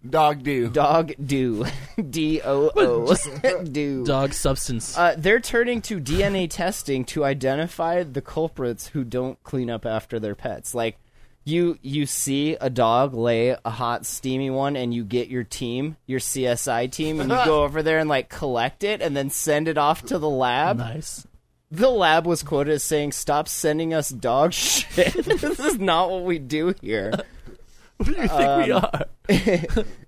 S2: Dog do.
S1: Dog do. D O O. Do.
S3: dog substance.
S1: Uh, they're turning to DNA testing to identify the culprits who don't clean up after their pets. Like, you you see a dog lay a hot steamy one, and you get your team, your CSI team, and you go over there and like collect it, and then send it off to the lab.
S3: nice.
S1: The lab was quoted as saying, "Stop sending us dog shit. this is not what we do here."
S3: What do you think we are?
S1: um,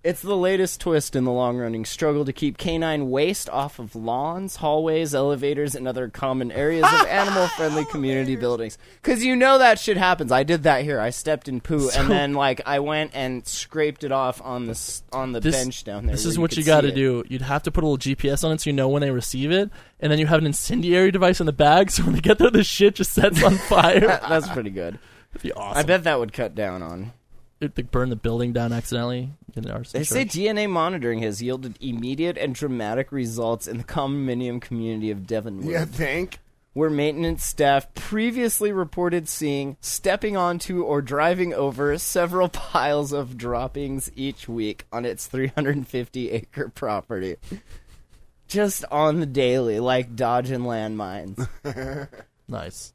S1: It's the latest twist in the long running struggle to keep canine waste off of lawns, hallways, elevators, and other common areas of animal friendly community buildings. Because you know that shit happens. I did that here. I stepped in poo, and then, like, I went and scraped it off on the, s- on the
S3: This-
S1: bench down there.
S3: This
S1: where
S3: is what
S1: could
S3: you
S1: see
S3: got to
S1: it.
S3: do. You'd have to put a little GPS on it so you know when they receive it, and then you have an incendiary device in the bag so when they get there, the shit just sets on fire. That'd
S1: That's pretty good.
S3: be awesome.
S1: I bet that would cut down on.
S3: It'd, like, burn the building down accidentally. Get an arson
S1: They say
S3: charge.
S1: DNA monitoring has yielded immediate and dramatic results in the condominium community of Devonwood.
S2: You think?
S1: where maintenance staff previously reported seeing stepping onto or driving over several piles of droppings each week on its 350 acre property. Just on the daily, like dodging landmines.
S3: nice.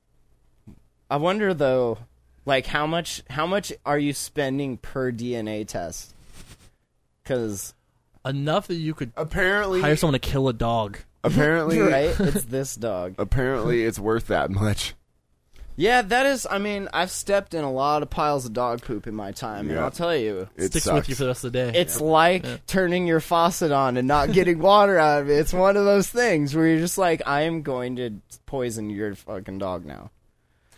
S1: I wonder though, like how much how much are you spending per DNA test? Because
S3: Enough that you could
S2: Apparently,
S3: hire someone to kill a dog.
S2: apparently,
S1: right, it's this dog.
S2: apparently, it's worth that much.
S1: Yeah, that is. I mean, I've stepped in a lot of piles of dog poop in my time, and
S2: Yeah.
S1: I'll tell you,
S2: It
S3: Sticks
S2: sucks.
S3: with you for the rest of the day.
S1: It's like turning your faucet on and not getting water out of it. It's one of those things where you're just like, I am going to poison your fucking dog now.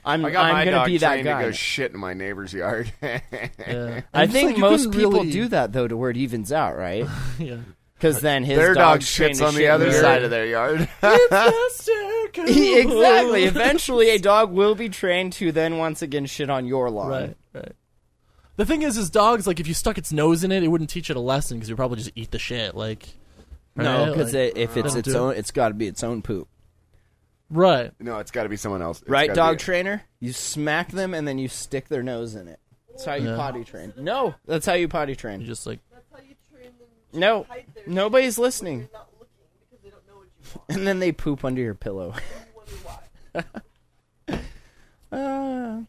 S1: I'm,
S2: I got my
S1: I'm going
S2: dog
S1: to be that
S2: trained to
S1: guy.
S2: go shit in my neighbor's yard.
S3: Yeah.
S1: I
S3: And just,
S1: think
S3: like, you
S1: most
S3: couldn't
S1: people
S3: really-
S1: do that though to where it evens out, right?
S3: Yeah.
S1: Because then his
S2: their dog
S1: dog's trained
S2: shits
S1: to
S2: on the
S1: shit in
S2: other
S1: your-
S2: side of their yard.
S1: exactly. Eventually, a dog will be trained to then once again shit on your lawn.
S3: Right, right. The thing is, is dogs like if you stuck its nose in it, it wouldn't teach it a lesson because you'd probably just eat the shit. Like,
S1: No,
S3: right?
S1: because
S3: Like-
S1: if it's
S3: Don't
S1: its
S3: do it.
S1: own, it's got to be its own poop.
S3: right,
S2: no, it's got to be someone else. It's
S1: right
S2: gotta
S1: dog
S2: be-
S1: trainer you smack them and then you stick their nose in it that's how you
S3: Yeah.
S1: potty train no that's how you potty train
S3: you just like
S1: no nobody's listening and then they poop under your pillow uh,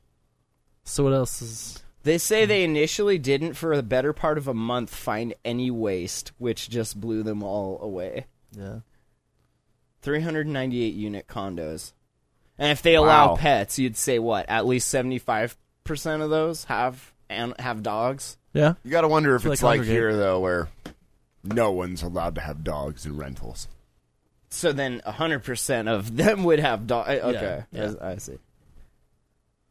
S3: so. What else is?
S1: they say they initially didn't for the better part of a month find any waste which just blew them all away
S3: Yeah,
S1: 398 unit condos. And if they allow
S2: Wow.
S1: pets, you'd say what? At least 75% of those have and have dogs.
S3: yeah.
S2: You got to wonder if
S3: Feel
S2: it's like
S3: like congregate.
S2: here though, where no one's allowed to have dogs in rentals.
S1: So then 100% of them would have dogs. Okay.
S3: Yeah, yeah.
S1: I, I see.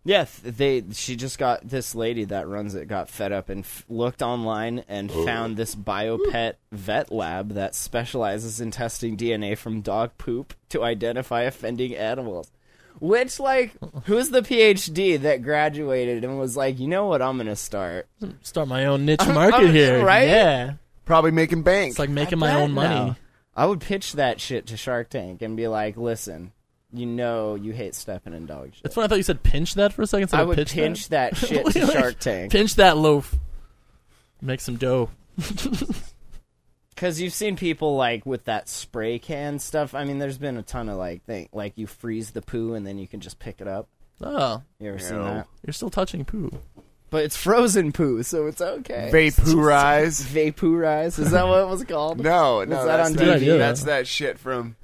S1: Yeah, th- they. She just got this lady that runs it got fed up and f- looked online and found this biopet vet lab that specializes in testing DNA from dog poop to identify offending animals. Which, like, who's the PhD that graduated and was like, you know what, I'm gonna start.
S3: Start my own niche market here,
S1: Right?
S3: Yeah,
S2: Probably making bank.
S3: it's like making
S1: I
S3: my own
S1: bet
S3: money.
S1: now. I would pitch that shit to Shark Tank and be like, listen, you know, you hate stepping in dog shit.
S3: It's funny. I thought you said pinch that for a second. instead
S1: I
S3: of
S1: would
S3: pitch
S1: pinch, that, shit to
S3: Like,
S1: Shark Tank
S3: Pinch that loaf. Make some dough.
S1: because you've seen people like with that spray can stuff. I mean, there's been a ton of like thing like you freeze the poo and then you can just pick it up.
S3: Oh,
S1: You ever seen
S2: No.
S1: that?
S3: you're still touching poo.
S1: But it's frozen poo, so it's okay.
S2: Vaporize.
S1: Vaporize is that what it was called?
S2: No, no,
S1: that
S2: that's
S1: on
S2: that,
S3: DVD? Yeah.
S2: That's that shit from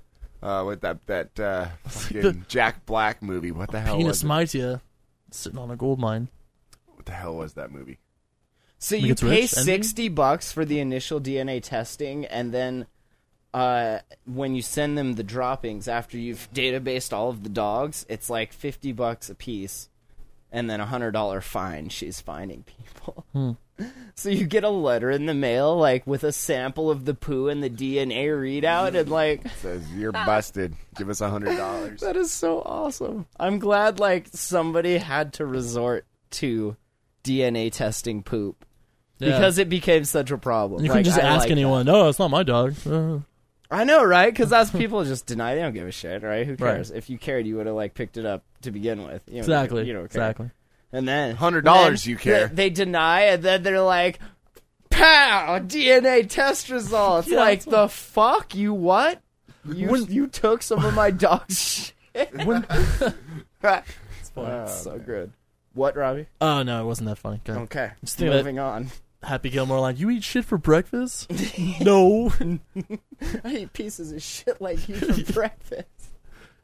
S2: uh, what that that uh, fucking Jack Black movie. What the hell?
S3: Penis
S2: Was it?
S3: might ya sitting on a gold mine.
S2: What the hell was that movie?
S1: So
S3: Like
S1: you
S3: it's
S1: pay
S3: rich and-
S1: sixty bucks for the initial DNA testing, and then uh, when you send them the droppings after you've databased all of the dogs, it's like fifty bucks a piece, and then a hundred dollar fine. She's fining people. Hmm. So you get a letter in the mail, like with a sample of the poo and the DNA readout, and like
S2: It says you're
S1: Ah.
S2: busted. Give us a hundred dollars.
S1: that is so awesome. I'm glad like somebody had to resort to DNA testing poop
S3: Yeah.
S1: because it became such a problem.
S3: you
S1: Like,
S3: can just
S1: I
S3: ask
S1: like
S3: anyone. No, it's not my dog. Uh,
S1: that. I know, right? Because that's people just deny. They don't give a shit, right? Who
S3: Right.
S1: cares? If you cared, you would have like picked it up to begin with. You don't-
S3: exactly.
S1: You don't care.
S3: exactly.
S1: And then
S2: $100
S1: then
S2: you care.
S1: They, they deny, and then they're like, "Pow! DNA test results."
S3: Yeah,
S1: like
S3: that's
S1: the fuck you what? You
S3: Wouldn't-
S1: you took some of my dog's shit.
S3: Wow.
S1: so good. What, Robbie?
S3: Oh no, it wasn't that funny. Okay.
S1: Okay,
S3: think
S1: moving on.
S3: Happy Gilmore like you eat shit for breakfast? no.
S1: I eat pieces of shit like you for breakfast.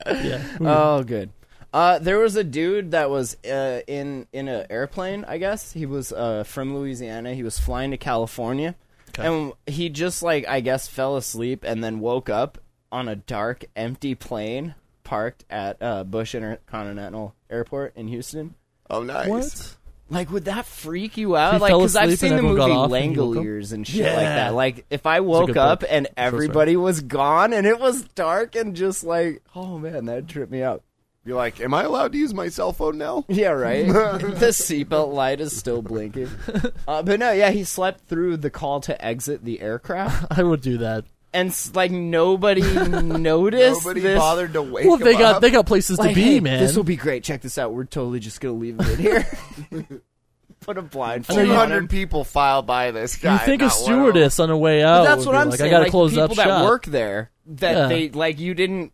S3: yeah.
S1: Oh, good. Uh, there was a dude that was uh, in in an airplane. I guess he was uh, from Louisiana. He was flying to California, and he just like I guess fell asleep and then woke up on a dark, empty plane parked at uh, Bush Intercontinental Airport in Houston.
S2: Oh, nice.
S3: What?
S1: Like, would that freak you out?
S3: He
S1: Like,
S3: fell
S1: because I've
S3: asleep
S1: seen
S3: and
S1: the
S3: everyone
S1: movie
S3: got off and he woke up?
S1: Langoliers and shit like
S3: Yeah.
S1: that. Like, if I
S3: a
S1: woke
S3: good
S1: up
S3: book.
S1: and
S3: sorry.
S1: everybody was gone and it was dark and just like, oh man, that tripped me out.
S2: You're like, am I allowed to use my cell phone now?
S1: Yeah, right. the seatbelt light is still blinking. Uh, but no, yeah, he slept through the call to exit the aircraft,
S3: I would do that.
S1: and s- like nobody noticed.
S2: Nobody
S1: this.
S2: bothered to wake
S3: Well,
S2: him
S3: they got
S2: up.
S3: they got places
S1: Like,
S3: to be,
S1: hey,
S3: man.
S1: This will be great. Check this out. We're totally just gonna leave him in here. Put a blindfold.
S3: I know
S2: Two
S3: you-
S1: on him.
S2: hundred people file by this guy.
S3: you think a
S2: not one of them.
S3: stewardess on her way out?
S1: But that's what
S3: would be
S1: I'm
S3: Oh, like,
S1: saying.
S3: I gotta
S1: like,
S3: close
S1: the
S3: up
S1: people that
S3: shop.
S1: work there, that
S3: Yeah.
S1: they like, you didn't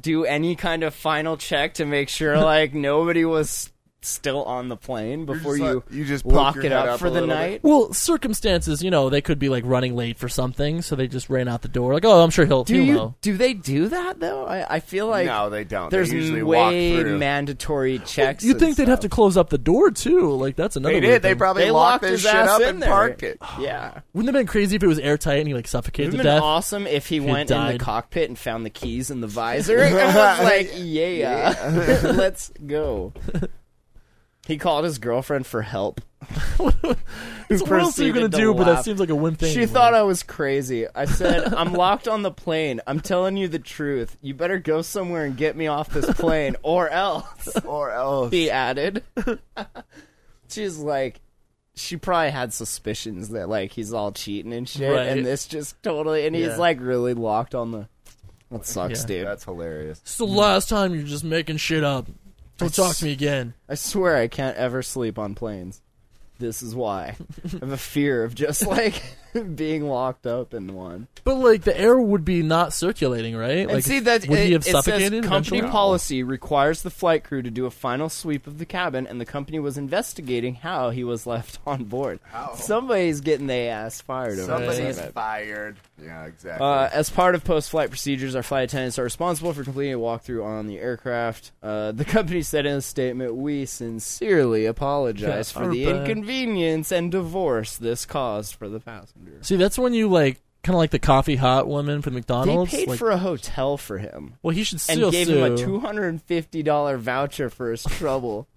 S1: do any kind of final check to make sure like nobody was still on the plane before
S2: just
S1: you
S2: like- you just poke
S1: lock
S2: your
S1: it
S2: head
S1: up,
S2: up
S1: for
S2: a
S1: the
S2: little
S1: night.
S3: Well, circumstances, you know, they could be like running late for something, so they just ran out the door. Like, oh, I'm sure he'll,
S1: Do
S3: he'll
S1: you
S3: know.
S1: do they do that though? I, I feel like
S2: no, they don't.
S1: there's
S2: they usually
S1: way
S2: walk through.
S1: mandatory checks.
S3: You think
S1: and
S3: they'd have to
S1: stuff.
S3: close up the door too? Like that's another.
S2: They
S3: weird
S2: did. They
S3: thing.
S2: probably
S1: They locked
S2: locked this
S1: his
S2: shit
S1: ass
S2: up
S1: in
S2: and
S1: there.
S2: parked it.
S1: Yeah.
S3: Wouldn't it have been crazy if it was airtight and he like suffocated
S1: It
S3: to
S1: would have been
S3: death?
S1: awesome if he went in
S3: died.
S1: the cockpit and found the keys in the visor and was like, yeah, let's go. He called his girlfriend for help.
S3: So what else are you gonna
S1: proceeded to
S3: do? But that
S1: laugh.
S3: seems like a wimp thing.
S1: She thought I was crazy. I said, I'm locked on the plane. I'm telling you the truth. You better go somewhere and get me off this plane, or else,
S2: Or oh, else,
S1: he added. She's like, she probably had suspicions that, like, he's all cheating and shit,
S3: Right.
S1: and this just totally, and he's,
S3: Yeah.
S1: like, really locked on the. That sucks,
S3: Yeah.
S1: dude.
S2: that's hilarious.
S3: it's the last time you're just making shit up. Don't talk to me again.
S1: I swear I can't ever sleep on planes. This is why. I have a fear of just, like, being locked up in one.
S3: But like the air would be not circulating, right?
S1: And
S3: like
S1: see that
S3: would
S1: it,
S3: he have
S1: it
S3: suffocated
S1: says company
S3: eventually?
S1: policy requires the flight crew to do a final sweep of the cabin, and the company was investigating how he was left on board. Somebody's getting their ass fired over
S2: Somebody's
S1: that.
S2: fired. Yeah, exactly.
S1: Uh, as part of post-flight procedures, our flight attendants are responsible for completing a walkthrough on the aircraft. Uh, the company said in a statement, "We sincerely apologize
S3: Yeah,
S1: for
S3: our
S1: the
S3: bad."
S1: inconvenience and divorce this caused for the passenger."
S3: See, that's when you like kind of like the coffee hot woman from
S1: They
S3: McDonald's.
S1: paid
S3: like,
S1: for a hotel for him.
S3: well, he should
S1: and
S3: still
S1: gave
S3: sue.
S1: him a two hundred and fifty dollar voucher for his trouble.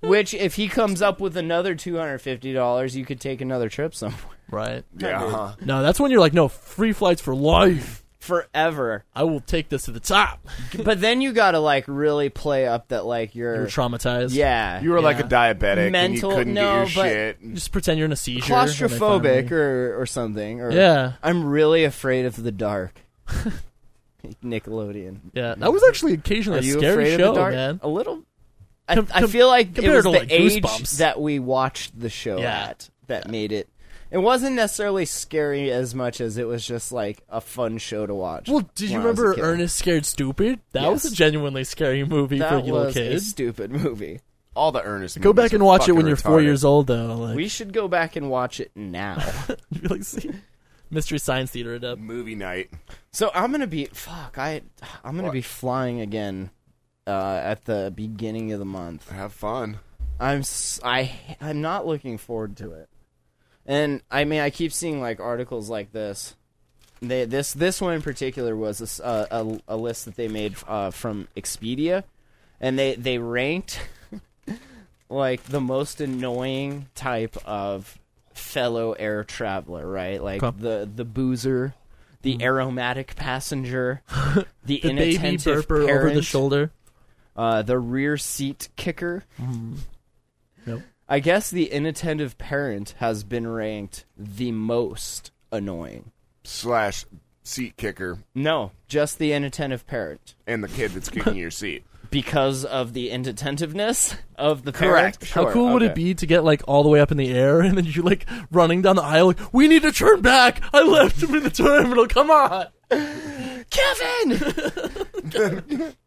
S1: Which, if he comes up with another two hundred fifty dollars, you could take another trip somewhere
S3: Right.
S2: Yeah. huh.
S3: No, that's when you're like, no, free flights for life.
S1: forever.
S3: I will take this to the top.
S1: But then you gotta like really play up that like you're,
S3: You're traumatized.
S1: yeah,
S2: You were like a diabetic and you
S1: Mental-
S2: couldn't
S1: no,
S2: get
S1: but-
S2: your shit.
S3: Just pretend you're in a seizure. when they
S1: claustrophobic
S3: finally-
S1: or or something. Or
S3: Yeah.
S1: I'm really afraid of the dark. Nickelodeon.
S3: Yeah. That was actually occasionally
S1: Are
S3: a
S1: you
S3: scary
S1: afraid
S3: show,
S1: of the dark?
S3: man.
S1: A little. I,
S3: Com-
S1: I
S3: com-
S1: feel like it was
S3: compared to,
S1: the
S3: like,
S1: age
S3: Goosebumps.
S1: that we watched the show
S3: Yeah.
S1: at that made it. It wasn't necessarily scary as much as it was just like a fun show to watch.
S3: Well, did you
S1: when I was a
S3: remember
S1: kid.
S3: Ernest Scared Stupid? That was a
S1: Yes.
S3: genuinely scary movie
S1: That
S3: for little
S1: was a
S3: kids.
S1: stupid movie.
S2: All the earnest.
S3: Go back and watch it when you're four years old, though. Like,
S1: We should go back and watch it now.
S3: you're like, see, Mystery Science Theater it up.
S2: Movie night.
S1: so I'm gonna be fuck. I I'm gonna be flying again uh, at the beginning of the month.
S2: Have fun.
S1: I'm s- I I'm not looking forward to it. And I mean, I keep seeing like articles like this. They this this one in particular was a s- uh, a, a list that they made uh, from Expedia, and they they ranked like the most annoying type of fellow air traveler, right? Like
S3: Okay. Mm.
S1: the the boozer, the aromatic passenger, the,
S3: The baby
S1: inattentive
S3: burper
S1: parent,
S3: over the shoulder.
S1: uh, the rear seat kicker.
S3: Mm-hmm. Nope.
S1: I guess the inattentive parent has been ranked the most annoying.
S2: Slash seat kicker
S1: No, just the inattentive parent
S2: and the kid that's kicking your seat.
S1: because of the inattentiveness of the parent.
S2: Sure,
S3: How cool would it
S2: okay.
S3: be to get like all the way up in the air and then you're like running down the aisle? Like, we need to turn back. I left him in the terminal. Come on.
S1: Kevin.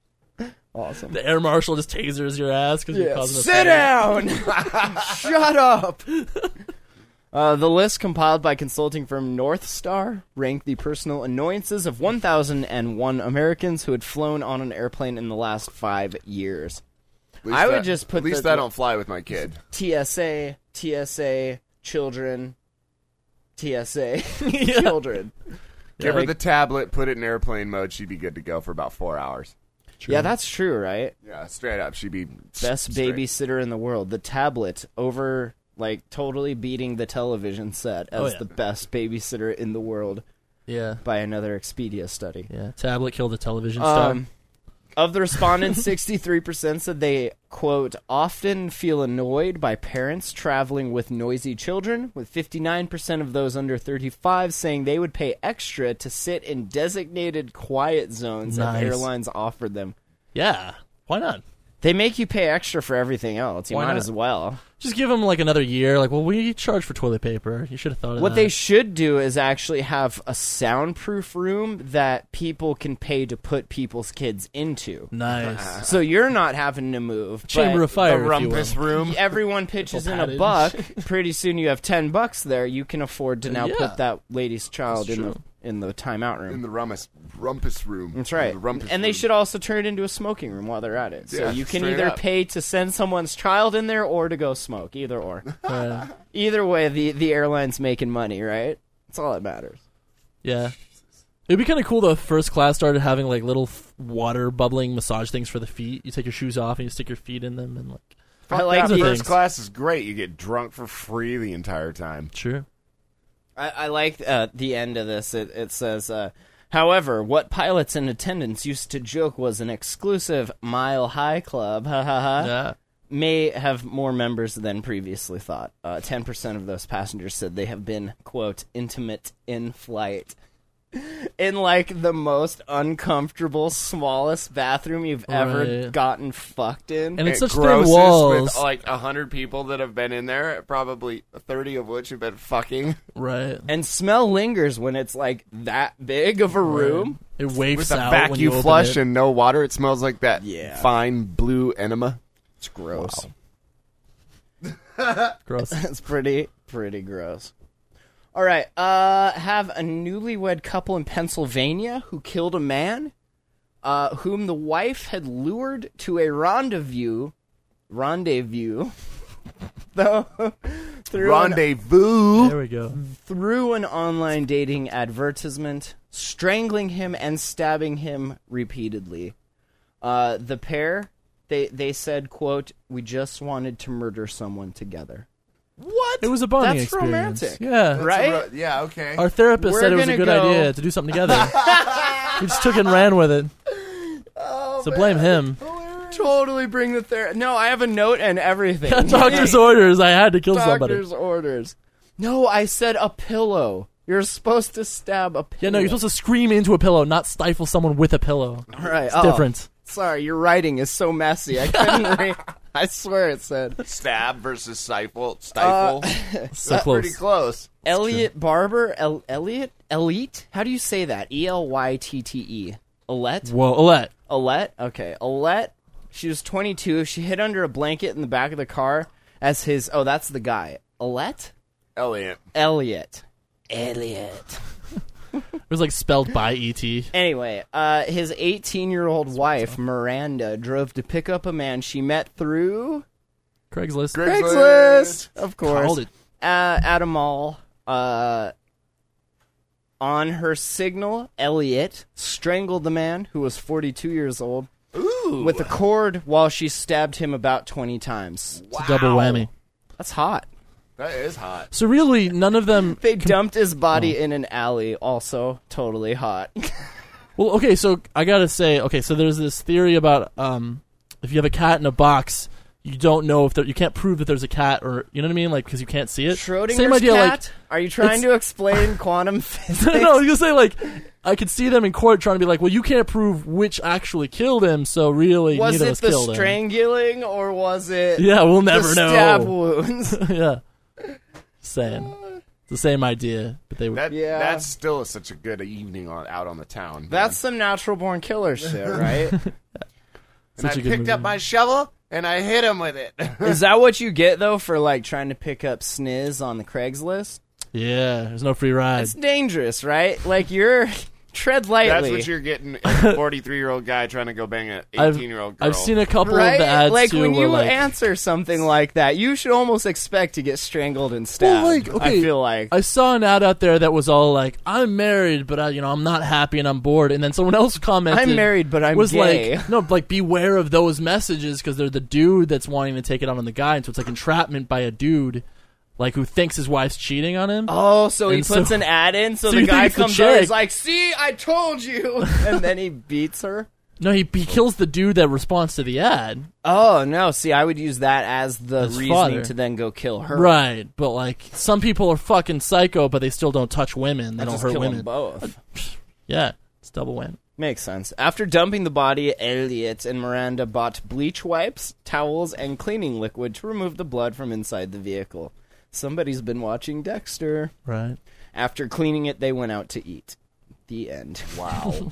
S1: awesome.
S3: The air marshal just tasers your ass because you're
S1: Yeah,
S3: causing a
S1: Sit
S3: fight.
S1: down. Shut up. Uh, the list compiled by consulting firm North Star ranked the personal annoyances of 1,001 Americans who had flown on an airplane in the last five years.
S2: At least
S1: I would
S2: that-
S1: just put
S2: At least
S1: the-
S2: I don't fly with my kid.
S1: TSA, TSA, children, TSA, children.
S2: Give her
S1: Like-
S2: the tablet. Put it in airplane mode. She'd be good to go for about four hours.
S1: Yeah, that's true, right?
S2: Yeah, straight up. She'd be
S1: Best
S2: straight.
S1: babysitter in the world. The tablet over, like, totally beating the television set as
S3: Oh, yeah.
S1: the best babysitter in the world
S3: Yeah.
S1: by another Expedia study.
S3: Yeah. Tablet killed the television star.
S1: Um, of the respondents, 63% said they, quote, often feel annoyed by parents traveling with noisy children, with 59% of those under 35 saying they would pay extra to sit in designated quiet zones
S3: Nice.
S1: if airlines offered them.
S3: Yeah. Why not?
S1: They make you pay extra for everything else. You
S3: Why
S1: might
S3: not?
S1: as well.
S3: Just give him like another year. Like, well, we charge for toilet paper. You should have thought of
S1: What
S3: that.
S1: they should do is actually have a soundproof room that people can pay to put people's kids into.
S3: nice.
S1: So you're not having to move. uh, but-
S3: Chamber of
S2: The
S3: Fire. if you will.
S2: rumpus room.
S1: everyone pitches in a
S3: padded.
S1: buck, pretty soon you have ten bucks there. You can afford to now
S3: Yeah.
S1: put that lady's child
S3: That's
S1: in the
S3: true.
S1: in the timeout room.
S2: In the rumpus, rumpus room.
S1: That's right.
S2: The rumpus
S1: and they
S2: room.
S1: should also turn it into a smoking room while they're at it. So
S2: Yeah,
S1: you can
S2: straight
S1: either
S2: up.
S1: pay to send someone's child in there or to go smoke. Either or.
S3: Uh,
S1: either way, the the airline's making money, right? That's all that matters.
S3: yeah. It'd be kind of cool though if first class started having like little f- water bubbling massage things for the feet. You take your shoes off and you stick your feet in them and like.
S1: I like
S3: that
S1: the,
S3: for
S2: First
S3: things.
S2: class is great. You get drunk for free the entire time.
S3: Sure.
S1: I, I like uh, the end of this. It, it says, uh, however, what pilots in attendance used to joke was an exclusive mile high club, ha ha ha,
S3: Yeah.
S1: may have more members than previously thought. Uh, 10% of those passengers said they have been, quote, intimate in flight. In like the most uncomfortable, smallest bathroom you've ever
S3: Right.
S1: gotten fucked in.
S3: And it's
S2: It
S3: such thin
S2: grosses
S3: walls.
S2: with like a hundred people that have been in there, probably thirty of which have been fucking.
S3: right.
S1: and smell lingers when it's like that big of a room.
S3: It waves
S2: With a
S3: out when
S2: vacuum
S3: open
S2: flush
S3: it.
S2: and no water, it smells like that
S1: Yeah.
S2: fine blue enema.
S1: It's gross.
S3: Gross.
S1: That's pretty pretty gross. All right. Uh, have a newlywed couple in Pennsylvania who killed a man, uh, whom the wife had lured to a rendezvous, rendezvous, though through an,
S2: Rendezvous.
S3: there we go.
S1: through an online dating advertisement, strangling him and stabbing him repeatedly. Uh, the pair They they said, "quote We just wanted to murder someone together." What?
S3: It was a bonding
S1: That's
S3: experience.
S1: romantic.
S3: Yeah.
S1: Right?
S2: Ro- Uh, yeah, okay.
S3: Our therapist
S1: We're
S3: said it was a
S1: gonna
S3: good
S1: go-
S3: idea to do something together. we just took it and ran with it.
S1: Oh,
S3: so blame him.
S1: Totally bring the ther. No, I have a note and everything.
S3: Doctor's orders. I had to kill somebody.
S1: Doctor's orders. No, I said a pillow. You're supposed to stab a pillow.
S3: Yeah, no, you're supposed to scream into a pillow, not stifle someone with a pillow.
S1: All right, oh,
S3: It's different.
S1: Sorry, your writing is so messy. I couldn't read. I swear it said.
S2: Stab versus stifle. Stifle.
S3: So
S2: Uh, Pretty
S3: close.
S2: close.
S1: Elliot Barber. El- Elliot? Elite? How do you say that? E L Y T T E. Elette?
S3: Whoa, oh, Olette.
S1: Alette? Okay. Alette, she was 22. She hid under a blanket in the back of the car as his. Oh, that's the guy. Alette?
S2: Elliot.
S1: Elliot. Elliot.
S3: It was like spelled by E E.T.
S1: Anyway, uh, his 18 year old wife, Miranda, drove to pick up a man she met through
S3: Craigslist.
S1: Craigslist. Of course.
S3: Called it.
S1: uh, at a mall. Uh, on her signal, Elliot strangled the man who was 42 years old with a cord while she stabbed him about 20 times.
S3: It's a double whammy.
S1: That's hot.
S2: That is hot.
S3: So really, none of them.
S1: They dumped his body
S3: Oh.
S1: in an alley. Also, totally hot.
S3: Well, okay, so I gotta say, okay, so there's this theory about um, if you have a cat in a box, you don't know if there, you can't prove that there's a cat, or you know what I mean, like because you can't see it.
S1: Schrodinger's
S3: Same idea,
S1: cat. Are you trying
S3: it's-
S1: to explain quantum
S3: like
S1: physics?
S3: no, I was gonna say like I could see them in court trying to be like, well, you can't prove which actually killed him, so really
S1: was
S3: neither of
S1: it
S3: us
S1: the
S3: killed him.
S1: strangling or was it
S3: Yeah, we'll
S1: the
S3: never know.
S1: stab wounds?
S3: yeah, same. It's the same idea, but they were.
S2: That,
S1: Yeah.
S2: That's still such a good evening on, out on the town. man.
S1: That's some natural born killer shit, right?
S2: and I
S3: such a
S2: picked
S3: good
S2: up
S3: movie.
S2: my shovel and I hit him with it.
S1: Is that what you get though for like trying to pick up sniz on the Craigslist?
S3: yeah, there's no free ride.
S1: It's dangerous, right? Like you're tread lightly.
S2: That's what you're getting. A 43 year old guy trying to go bang an 18
S3: I've,
S2: year old girl.
S3: I've seen a couple of
S1: Right,
S3: the ads
S1: like
S3: too,
S1: when
S3: where
S1: you
S3: like,
S1: answer something like that, you should almost expect to get strangled and stabbed.
S3: Well, like, okay,
S1: I feel like
S3: I saw an ad out there that was all like, "I'm married, but I, you know, I'm not happy and I'm bored." And then someone else commented,
S1: "I'm married, but I'm
S3: was
S1: gay."
S3: like, "No, like beware of those messages because they're the dude that's wanting to take it out on the guy, and so it's like entrapment by a dude, like who thinks his wife's cheating on him."
S1: oh, so he
S3: and
S1: puts
S3: so-
S1: an ad in, so,
S3: so
S1: the
S3: you think
S1: guy
S3: it's the
S1: comes over,
S3: chick.
S1: he's like, "See, I told you," and then he beats her.
S3: No, he he kills the dude that responds to the ad,
S1: Oh no! See, I would use that as the
S3: As
S1: reasoning
S3: fodder.
S1: to then go kill her.
S3: right? But like, some people are fucking psycho, but they still don't touch women. They don't
S1: just
S3: hurt
S1: kill 'em
S3: women.
S1: both.
S3: Yeah, it's double win.
S1: Uh, Makes sense. After dumping the body, Elliot and Miranda bought bleach wipes, towels, and cleaning liquid to remove the blood from inside the vehicle. Somebody's been watching Dexter.
S3: Right.
S1: After cleaning it, they went out to eat. The end. Wow.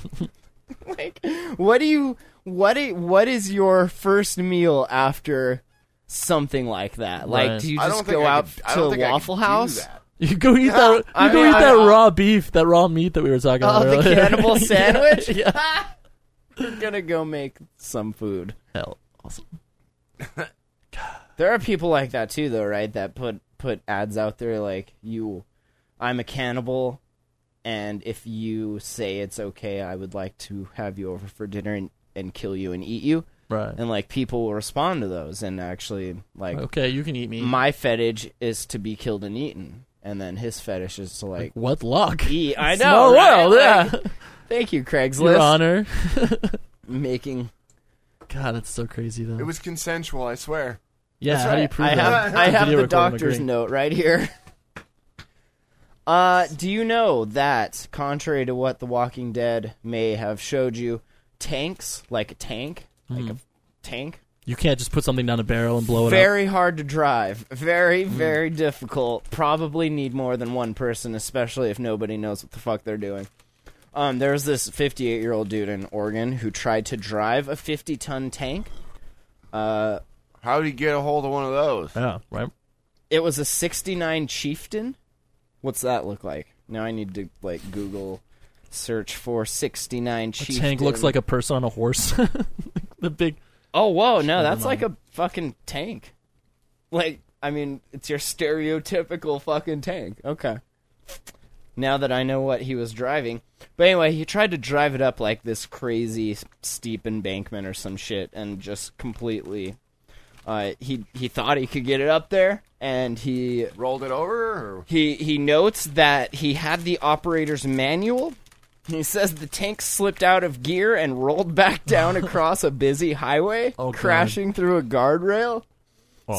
S1: like, what do you what i- what is your first meal after something like that? Like,
S3: Right.
S1: do you
S2: I
S1: just
S2: don't think
S1: go
S2: I
S1: out
S2: could- I
S1: to
S2: don't think I could
S1: Waffle
S2: do
S1: House?
S2: that.
S3: You go eat that. You
S1: I
S3: go
S1: mean,
S3: eat
S1: I-
S3: that raw beef, that raw meat that we were talking about.
S1: Oh, the
S3: earlier.
S1: cannibal
S3: Yeah,
S1: sandwich?
S3: yeah.
S1: We're gonna go make some food.
S3: Hell, awesome.
S1: There are people like that too, though, right? That put put ads out there like you, I'm a cannibal, and if you say it's okay, I would like to have you over for dinner and, and kill you and eat you,
S3: Right.
S1: and like people will respond to those, and actually like
S3: Okay, you can eat me.
S1: my fetish is to be killed and eaten, and then his fetish is to like.
S3: what luck?
S1: Eat. I know,
S3: Small
S1: right?
S3: world, yeah.
S1: Like, Thank you,
S3: Your
S1: Craigslist,
S3: honor.
S1: making.
S3: God, that's so crazy though.
S2: It was consensual, I swear.
S3: yeah. How do you prove
S1: I
S3: that?
S1: have I have
S3: Video
S1: the
S3: recorder would
S1: doctor's
S3: agree.
S1: note right here. Uh, do you know that, contrary to what The Walking Dead may have showed you, tanks like a tank, like a tank,
S3: You can't just put something down a barrel and blow it Hmm. up. Hmm.
S1: very hard to drive, very very difficult. Probably need more than one person, especially if nobody knows what the fuck they're doing. Um, there was this 58 year old dude in Oregon who tried to drive a 50 ton tank.
S2: How did he get a hold of one of those?
S3: Yeah. Right.
S1: it was a 69 chieftain what's that look like now i need to like google search for 69 chieftain
S3: Tank looks like a person on a horse. the big.
S1: oh whoa no that's like a fucking tank like i mean it's your stereotypical fucking tank okay now that I know what he was driving. But anyway, he tried to drive it up like this crazy s- steep embankment or some shit, and just completely. Uh, he he thought he could get it up there, and he
S2: Rolled it over? Or?
S1: he he notes that he had the operator's manual. He says the tank slipped out of gear and rolled back down across a busy highway,
S3: Oh, God. Oh.
S1: crashing through a guardrail.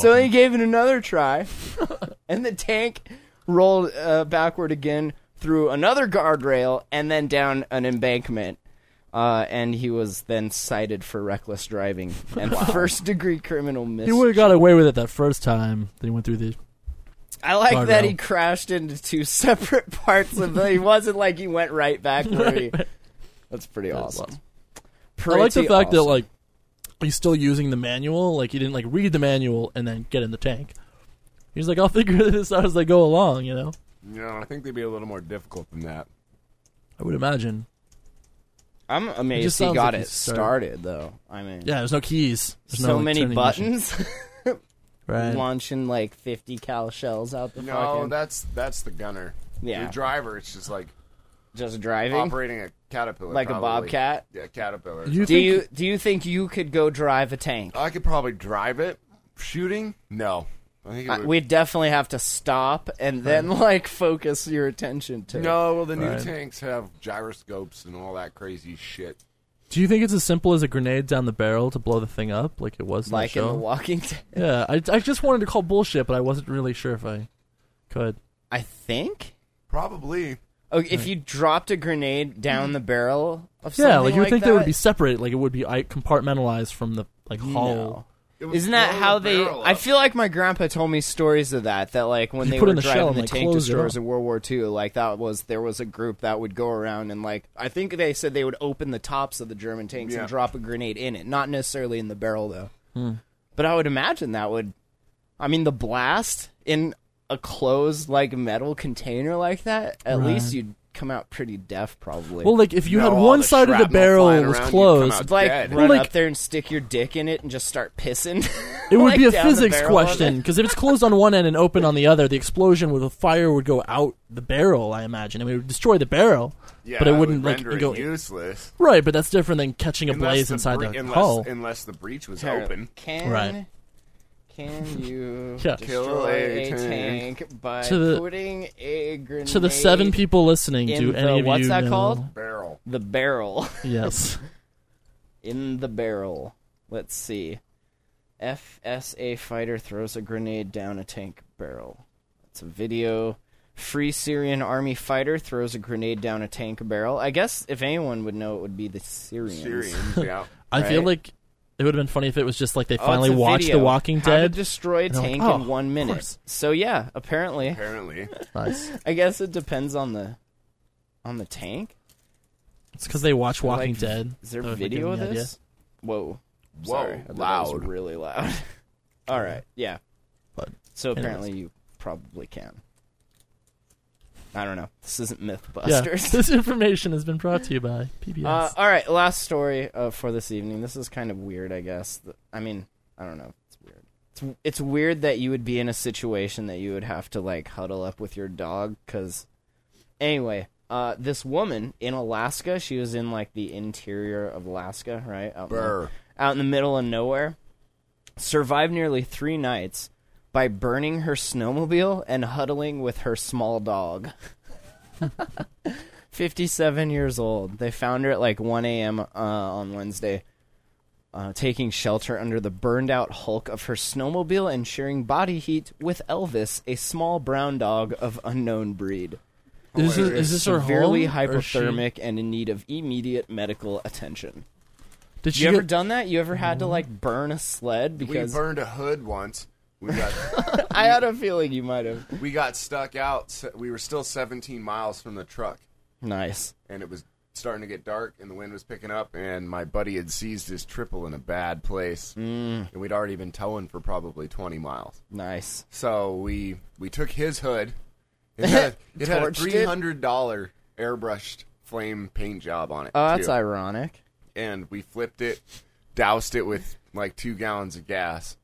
S1: So he gave it another try, and the tank rolled uh, backward again through another guardrail and then down an embankment. Uh, and he was then cited for reckless driving and first degree criminal
S3: He
S1: mischief.
S3: would have got away with it that first time that he went through the.
S1: I like
S3: Guardrail.
S1: that he crashed into two separate parts of the. He wasn't like he went right back where he. That's pretty
S3: That's
S1: awesome.
S3: I like the
S1: Pretty
S3: fact that
S1: awesome.
S3: like he's still using the manual. Like he didn't like read the manual and then get in the tank. He's like, I'll figure this out as I go along. You know,
S2: No, I think they'd be a little more difficult than that.
S3: I would imagine.
S1: I'm
S3: just
S1: amazed he
S3: sounds
S1: got
S3: like
S1: it
S3: he's started.
S1: started though. I mean,
S3: Yeah, there's no keys. There's
S1: so
S3: no, like,
S1: many
S3: turning motion.
S1: buttons,
S3: Right.
S1: launching like 50 cal shells out the
S2: No,
S1: fucking
S2: that's that's the gunner.
S1: Yeah.
S2: The driver, it's just like
S1: just driving.
S2: operating a caterpillar.
S1: Like a
S2: probably.
S1: bobcat?
S2: Yeah, caterpillar.
S3: You
S1: do
S3: think-
S1: you do you think you could go drive a tank?
S2: I could probably drive it. Shooting? No. I think it
S1: Uh,
S2: would-
S1: we'd definitely have to stop and then like focus your attention to.
S2: No, well, the new
S3: Right.
S2: tanks have gyroscopes and all that crazy shit.
S3: Do you think it's as simple as a grenade down the barrel to blow the thing up, like it was in
S1: like
S3: the
S1: in
S3: show?
S1: the Walking Dead.
S3: yeah, I, I just wanted to call bullshit, but I wasn't really sure if I could.
S1: I think.
S2: Probably.
S1: Oh, if you dropped a grenade down the barrel of something
S3: yeah, like you would think
S1: that,
S3: they would be separate, like it would be I, compartmentalized from the like hull.
S2: It would
S1: Isn't that
S2: blow
S1: how
S2: the
S1: they?
S2: barrel
S1: I
S2: up.
S1: feel like my grandpa told me stories of that. That like when
S3: You
S1: they
S3: put
S1: were
S3: in the shell
S1: driving
S3: and,
S1: the
S3: like,
S1: tank
S3: close it
S1: destroyers
S3: up.
S1: in World War II, like that was there was a group that would go around and like I think they said they would open the tops of the German tanks
S2: Yeah.
S1: and drop a grenade in it, not necessarily in the barrel though.
S3: Hmm.
S1: But I would imagine that would, I mean, the blast in a closed like metal container like that, at
S3: Right.
S1: least you'd come out pretty deaf probably.
S3: Well, like if you
S2: No,
S3: had
S2: all
S3: one
S2: the
S3: side of the
S2: shrapnel
S3: barrel
S2: flying
S3: was
S2: around, you'd come
S3: closed,
S2: out
S1: like
S2: dead.
S1: run
S3: Well, like-
S1: up there and stick your dick in it and just start pissing.
S3: it would
S1: Like,
S3: be a
S1: down the
S3: physics
S1: barrel of
S3: question
S1: it.
S3: because if it's closed on one end and open on the other, the explosion with the fire would go out the barrel. I imagine. I mean, it would destroy the barrel,
S2: Yeah,
S3: but it
S2: would
S3: wouldn't like
S2: render it
S3: go
S2: useless.
S3: right. But that's different than catching a
S2: Unless
S3: blaze
S2: the
S3: inside
S2: bre-
S3: the
S2: unless,
S3: hull.
S2: Unless the breach was
S1: Here,
S2: open.
S1: Can
S3: Right.
S1: can you
S3: Yeah.
S1: destroy
S2: Kill
S1: a
S2: a
S1: tank, by
S3: To the-
S1: putting a grenade
S3: to the seven people listening,
S1: in
S3: do
S1: the-
S3: any of
S1: what's
S3: you
S1: that
S3: know-
S1: called?
S2: Barrel.
S1: the barrel
S3: Yes,
S1: in the barrel? Let's see. FSA fighter throws a grenade down a tank barrel. That's a video. Free Syrian army fighter throws a grenade down a tank barrel. I guess if anyone would know, it would be the Syrians.
S2: Syrians, yeah.
S3: I feel
S1: Right.
S3: like it would have been funny if it was just like they
S1: Oh,
S3: finally
S1: it's a
S3: watched
S1: video.
S3: The Walking
S1: How to
S3: Dead.
S1: destroy a
S3: they're like,
S1: tank
S3: "Oh,
S1: in one
S3: of
S1: minute.
S3: course."
S1: So yeah, apparently.
S2: Apparently.
S3: nice.
S1: I guess it depends on the on the tank.
S3: It's because they watch Walking
S1: Like,
S3: Dead.
S1: Is there
S3: That would give
S1: video of
S3: them the idea.
S1: this? Whoa.
S2: Whoa,
S1: Sorry, I thought that was
S2: loud.
S1: really loud. All right. Yeah.
S3: But
S1: So
S3: anyways.
S1: apparently you probably can. I don't know. This isn't
S3: Yeah.
S1: Mythbusters.
S3: this information has been brought to you by PBS.
S1: Uh, all right, last story uh, for this evening. This is kind of weird, I guess. Th- I mean, I don't know. It's weird. It's, it's weird that you would be in a situation that you would have to like huddle up with your dog. Because anyway, uh, this woman in Alaska, she was in like the interior of Alaska, right? Out in the-
S2: Brr.
S1: out in the middle of nowhere, survived nearly three nights by burning her snowmobile and huddling with her small dog. 57 years old. They found her at like 1 a.m. Uh, on Wednesday, uh, taking shelter under the burned out hulk of her snowmobile and sharing body heat with Elvis, a small brown dog of unknown breed.
S3: is this, is this her
S1: Severely
S3: home, or she-
S1: hypothermic and in need of immediate medical attention.
S3: Did she
S1: You ever
S3: get-
S1: done that? You ever had to like burn a sled
S2: We
S1: because
S2: burned a hood once. We got
S1: I had a feeling you might have.
S2: we got stuck out. se- We were still 17 miles from the truck,
S1: Nice.
S2: and it was starting to get dark, and the wind was picking up. And my buddy had seized his triple in a bad place, mm. and we'd already been towing for probably 20 miles.
S1: Nice.
S2: So we we took his hood. It had, a- it had a
S1: Torched it?
S2: $300 airbrushed flame paint job on it.
S1: Oh, that's
S2: too.
S1: ironic.
S2: and we flipped it, doused it with like two gallons of gas,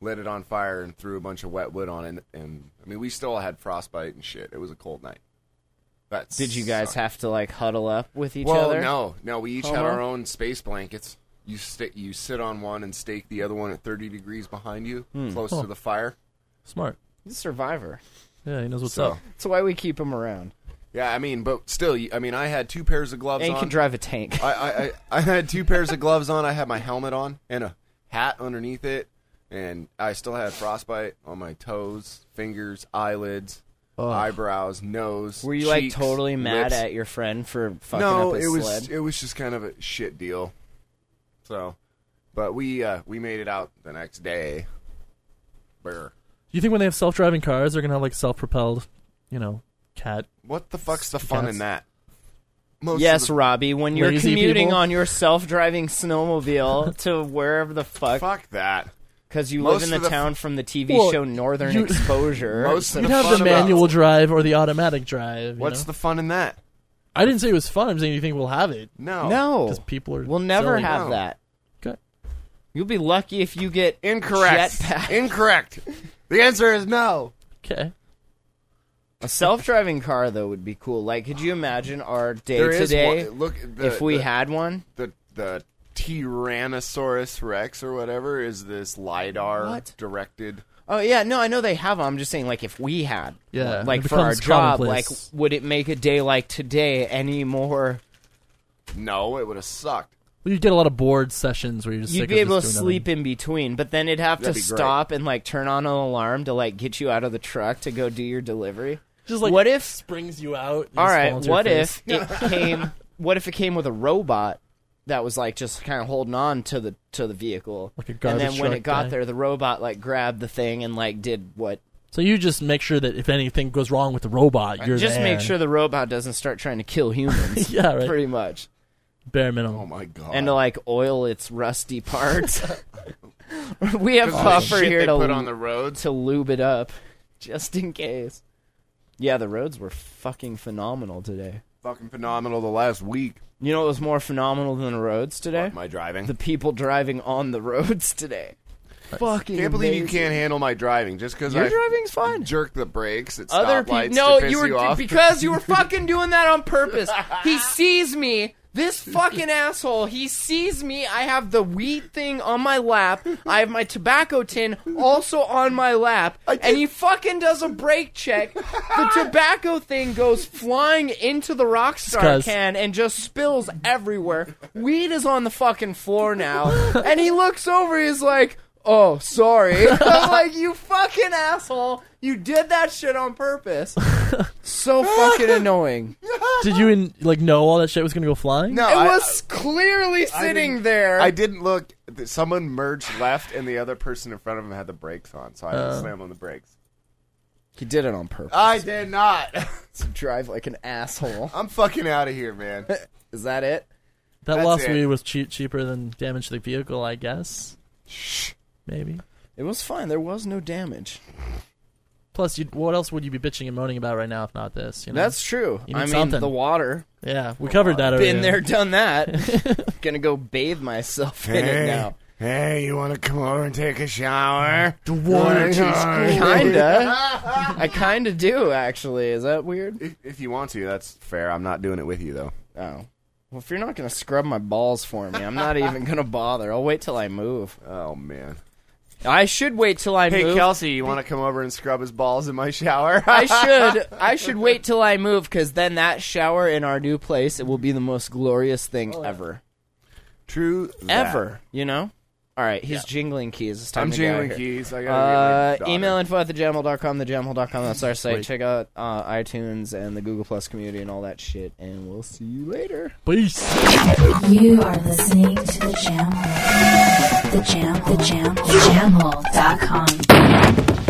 S2: lit it on fire, and threw a bunch of wet wood on it. And I mean, we still had frostbite and shit. It was a cold night. That's
S1: Did you guys have to like huddle up with each
S2: well,
S1: other?
S2: no, no. We each had
S1: Homer?
S2: our own space blankets. You sta you sit on one and stake the other one at 30 degrees behind you,
S1: Hmm.
S2: close
S3: Huh.
S2: to the fire.
S3: Smart.
S1: He's a survivor.
S3: Yeah, he knows what's
S2: So
S3: up.
S1: That's why we keep him around.
S2: yeah, I mean, but still, you- I mean, I had two pairs of gloves
S1: And
S2: on.
S1: can drive a tank.
S2: I, I, I, I had two pairs of gloves on. I had my helmet on and a hat underneath it, and I still had frostbite on my toes, fingers, eyelids, eyebrows, nose.
S1: Were you like
S2: cheeks,
S1: totally mad
S2: lips.
S1: at your friend for fucking
S2: No,
S1: up his
S2: it was
S1: sled?
S2: it was just kind of a shit deal. So, but we uh, we made it out the next day. Brr.
S3: You think when they have self-driving cars, they're gonna have like self-propelled, you know, cat?
S2: What the fuck's the fun in that? Most of
S1: Yes,
S2: the-
S1: Robbie, when you're
S3: Lazy
S1: commuting
S3: people.
S1: on your self-driving snowmobile to wherever the fuck,
S2: fuck that.
S1: because you
S2: Most
S1: live in the,
S2: of the f-
S1: town from the TV
S3: Well,
S1: show Northern
S3: you-
S1: Exposure.
S2: Most of
S3: You'd
S2: the
S3: have
S2: fun
S3: the
S2: about-
S3: manual drive or the automatic drive. you
S2: What's
S3: know?
S2: the fun in that?
S3: I didn't say it was fun. I'm saying you think we'll have it
S2: No,
S1: no,
S3: because people are.
S1: we'll never
S3: silly.
S1: have
S2: No.
S1: that.
S3: Okay.
S1: You'll be lucky if you get
S2: Incorrect.
S1: Jetpack.
S2: Incorrect. The answer is no.
S3: Okay.
S1: a self-driving car though would be cool. Like, could you imagine our day
S2: There is
S1: today
S2: one- look, at the,
S1: if we
S2: the,
S1: had one?
S2: the the Tyrannosaurus Rex or whatever is this lidar
S1: What?
S2: directed.
S1: Oh yeah, no, I know they have them. I'm just saying, like, if we had,
S3: Yeah,
S1: like
S3: it
S1: for our
S3: becomes
S1: job, like,
S3: commonplace.
S1: would it make a day like today any more?
S2: No, it would have sucked.
S3: Well, you'd get a lot of bored sessions where you're just
S1: You'd
S3: sick
S1: be
S3: of
S1: able to
S3: just doing
S1: sleep in between, but then it'd have
S2: That'd
S1: to
S2: be great.
S1: stop and like turn on an alarm to like get you out of the truck to go do your delivery.
S3: nothing. Just like
S1: what if?
S3: springs you out. and
S1: All
S3: just
S1: right,
S3: falls to your
S1: what
S3: face.
S1: if it came? What if it came with a robot that was like just kind of holding on to the to the vehicle,
S3: Like a
S1: and then
S3: garbage
S1: when
S3: truck
S1: it got
S3: guy.
S1: there, the robot like grabbed the thing and like did what
S3: So you just make sure that if anything goes wrong with the robot, you're
S1: just
S3: there.
S1: make sure the robot doesn't start trying to kill humans.
S3: Yeah, right.
S1: Pretty much.
S3: bare
S2: Oh
S3: minimum.
S2: my god.
S1: And to like oil its rusty parts. we have
S2: All the
S1: puffer
S2: shit
S1: here
S2: they
S1: to
S2: put on the roads.
S1: to lube it up just in case. Yeah, the roads were fucking phenomenal today.
S2: Fucking phenomenal. The last week,
S1: You know what was more phenomenal than the roads today?
S2: my driving.
S1: the people driving on the roads today. Fucking
S2: can't believe you
S1: amazing.
S2: can't handle my driving just because
S1: Your
S2: I
S1: driving's fine.
S2: jerk the brakes at
S1: other
S2: stoplights
S1: people. No,
S2: to piss
S1: you were
S2: off.
S1: because you were fucking doing that on purpose. He sees me. This fucking asshole. He sees me. I have the weed thing on my lap. I have my tobacco tin also on my lap, and he fucking does a brake check. The tobacco thing goes flying into the rockstar
S3: 'cause-
S1: can and just spills everywhere. Weed is on the fucking floor now, and he looks over. He's like. Oh, sorry. I'm like, you fucking asshole. You did that shit on purpose. so fucking annoying.
S3: Did you in, like know all that shit was gonna go flying?
S2: Oh. no,
S1: It
S2: I,
S1: was clearly sitting
S2: didn't-
S1: there.
S2: I didn't look. Th- Someone merged left, and the other person in front of him had the brakes on, so I had to
S1: Uh.
S2: slam on the brakes.
S1: he did it on purpose.
S2: I did not.
S1: to drive like an asshole.
S2: I'm fucking out of here, man.
S1: Is that it?
S3: that
S2: that's
S3: lost
S2: it.
S3: weed was cheap, cheaper than damage to the vehicle, I guess. Maybe.
S1: It was fine. There was no damage.
S3: Plus, you'd, what else would you be bitching and moaning about right now if not this? You know?
S1: That's true.
S3: You need
S1: I mean,
S3: something. Oh,
S1: the water.
S3: yeah. We covered that. already.
S1: Been there, done that. Gonna go bathe myself in it now.
S2: Hey, you want to come over and take a shower? The
S3: water
S1: Kinda. I kinda do, actually. Is that weird?
S2: If, if you want to, that's fair. I'm not doing it with you though.
S1: Oh. Well, if you're not going to scrub my balls for me, I'm not even going to bother. I'll wait till I move.
S2: Oh man.
S1: I should wait till I
S2: Hey
S1: move.
S2: Kelsey, you want to come over and scrub his balls in my shower?
S1: I should. I should wait till I move because then that shower in our new place it will be the most glorious thing
S2: Oh,
S1: ever,
S2: True. that.
S1: ever. You know. All right, he's jingling keys. It's time
S2: I'm
S1: to get out
S2: jingling
S1: of here.
S2: keys.
S1: Uh,
S2: I gotta get my
S1: email info
S2: daughter.
S1: at thejamhole.com, thejamhole.com. That's our site.
S3: Wait.
S1: Check out uh, iTunes and the Google Plus community and all that shit. And we'll see you later.
S3: Peace.
S4: You are listening to the Jam Hole. The Jam, the Jam, the Jam Hole dot com.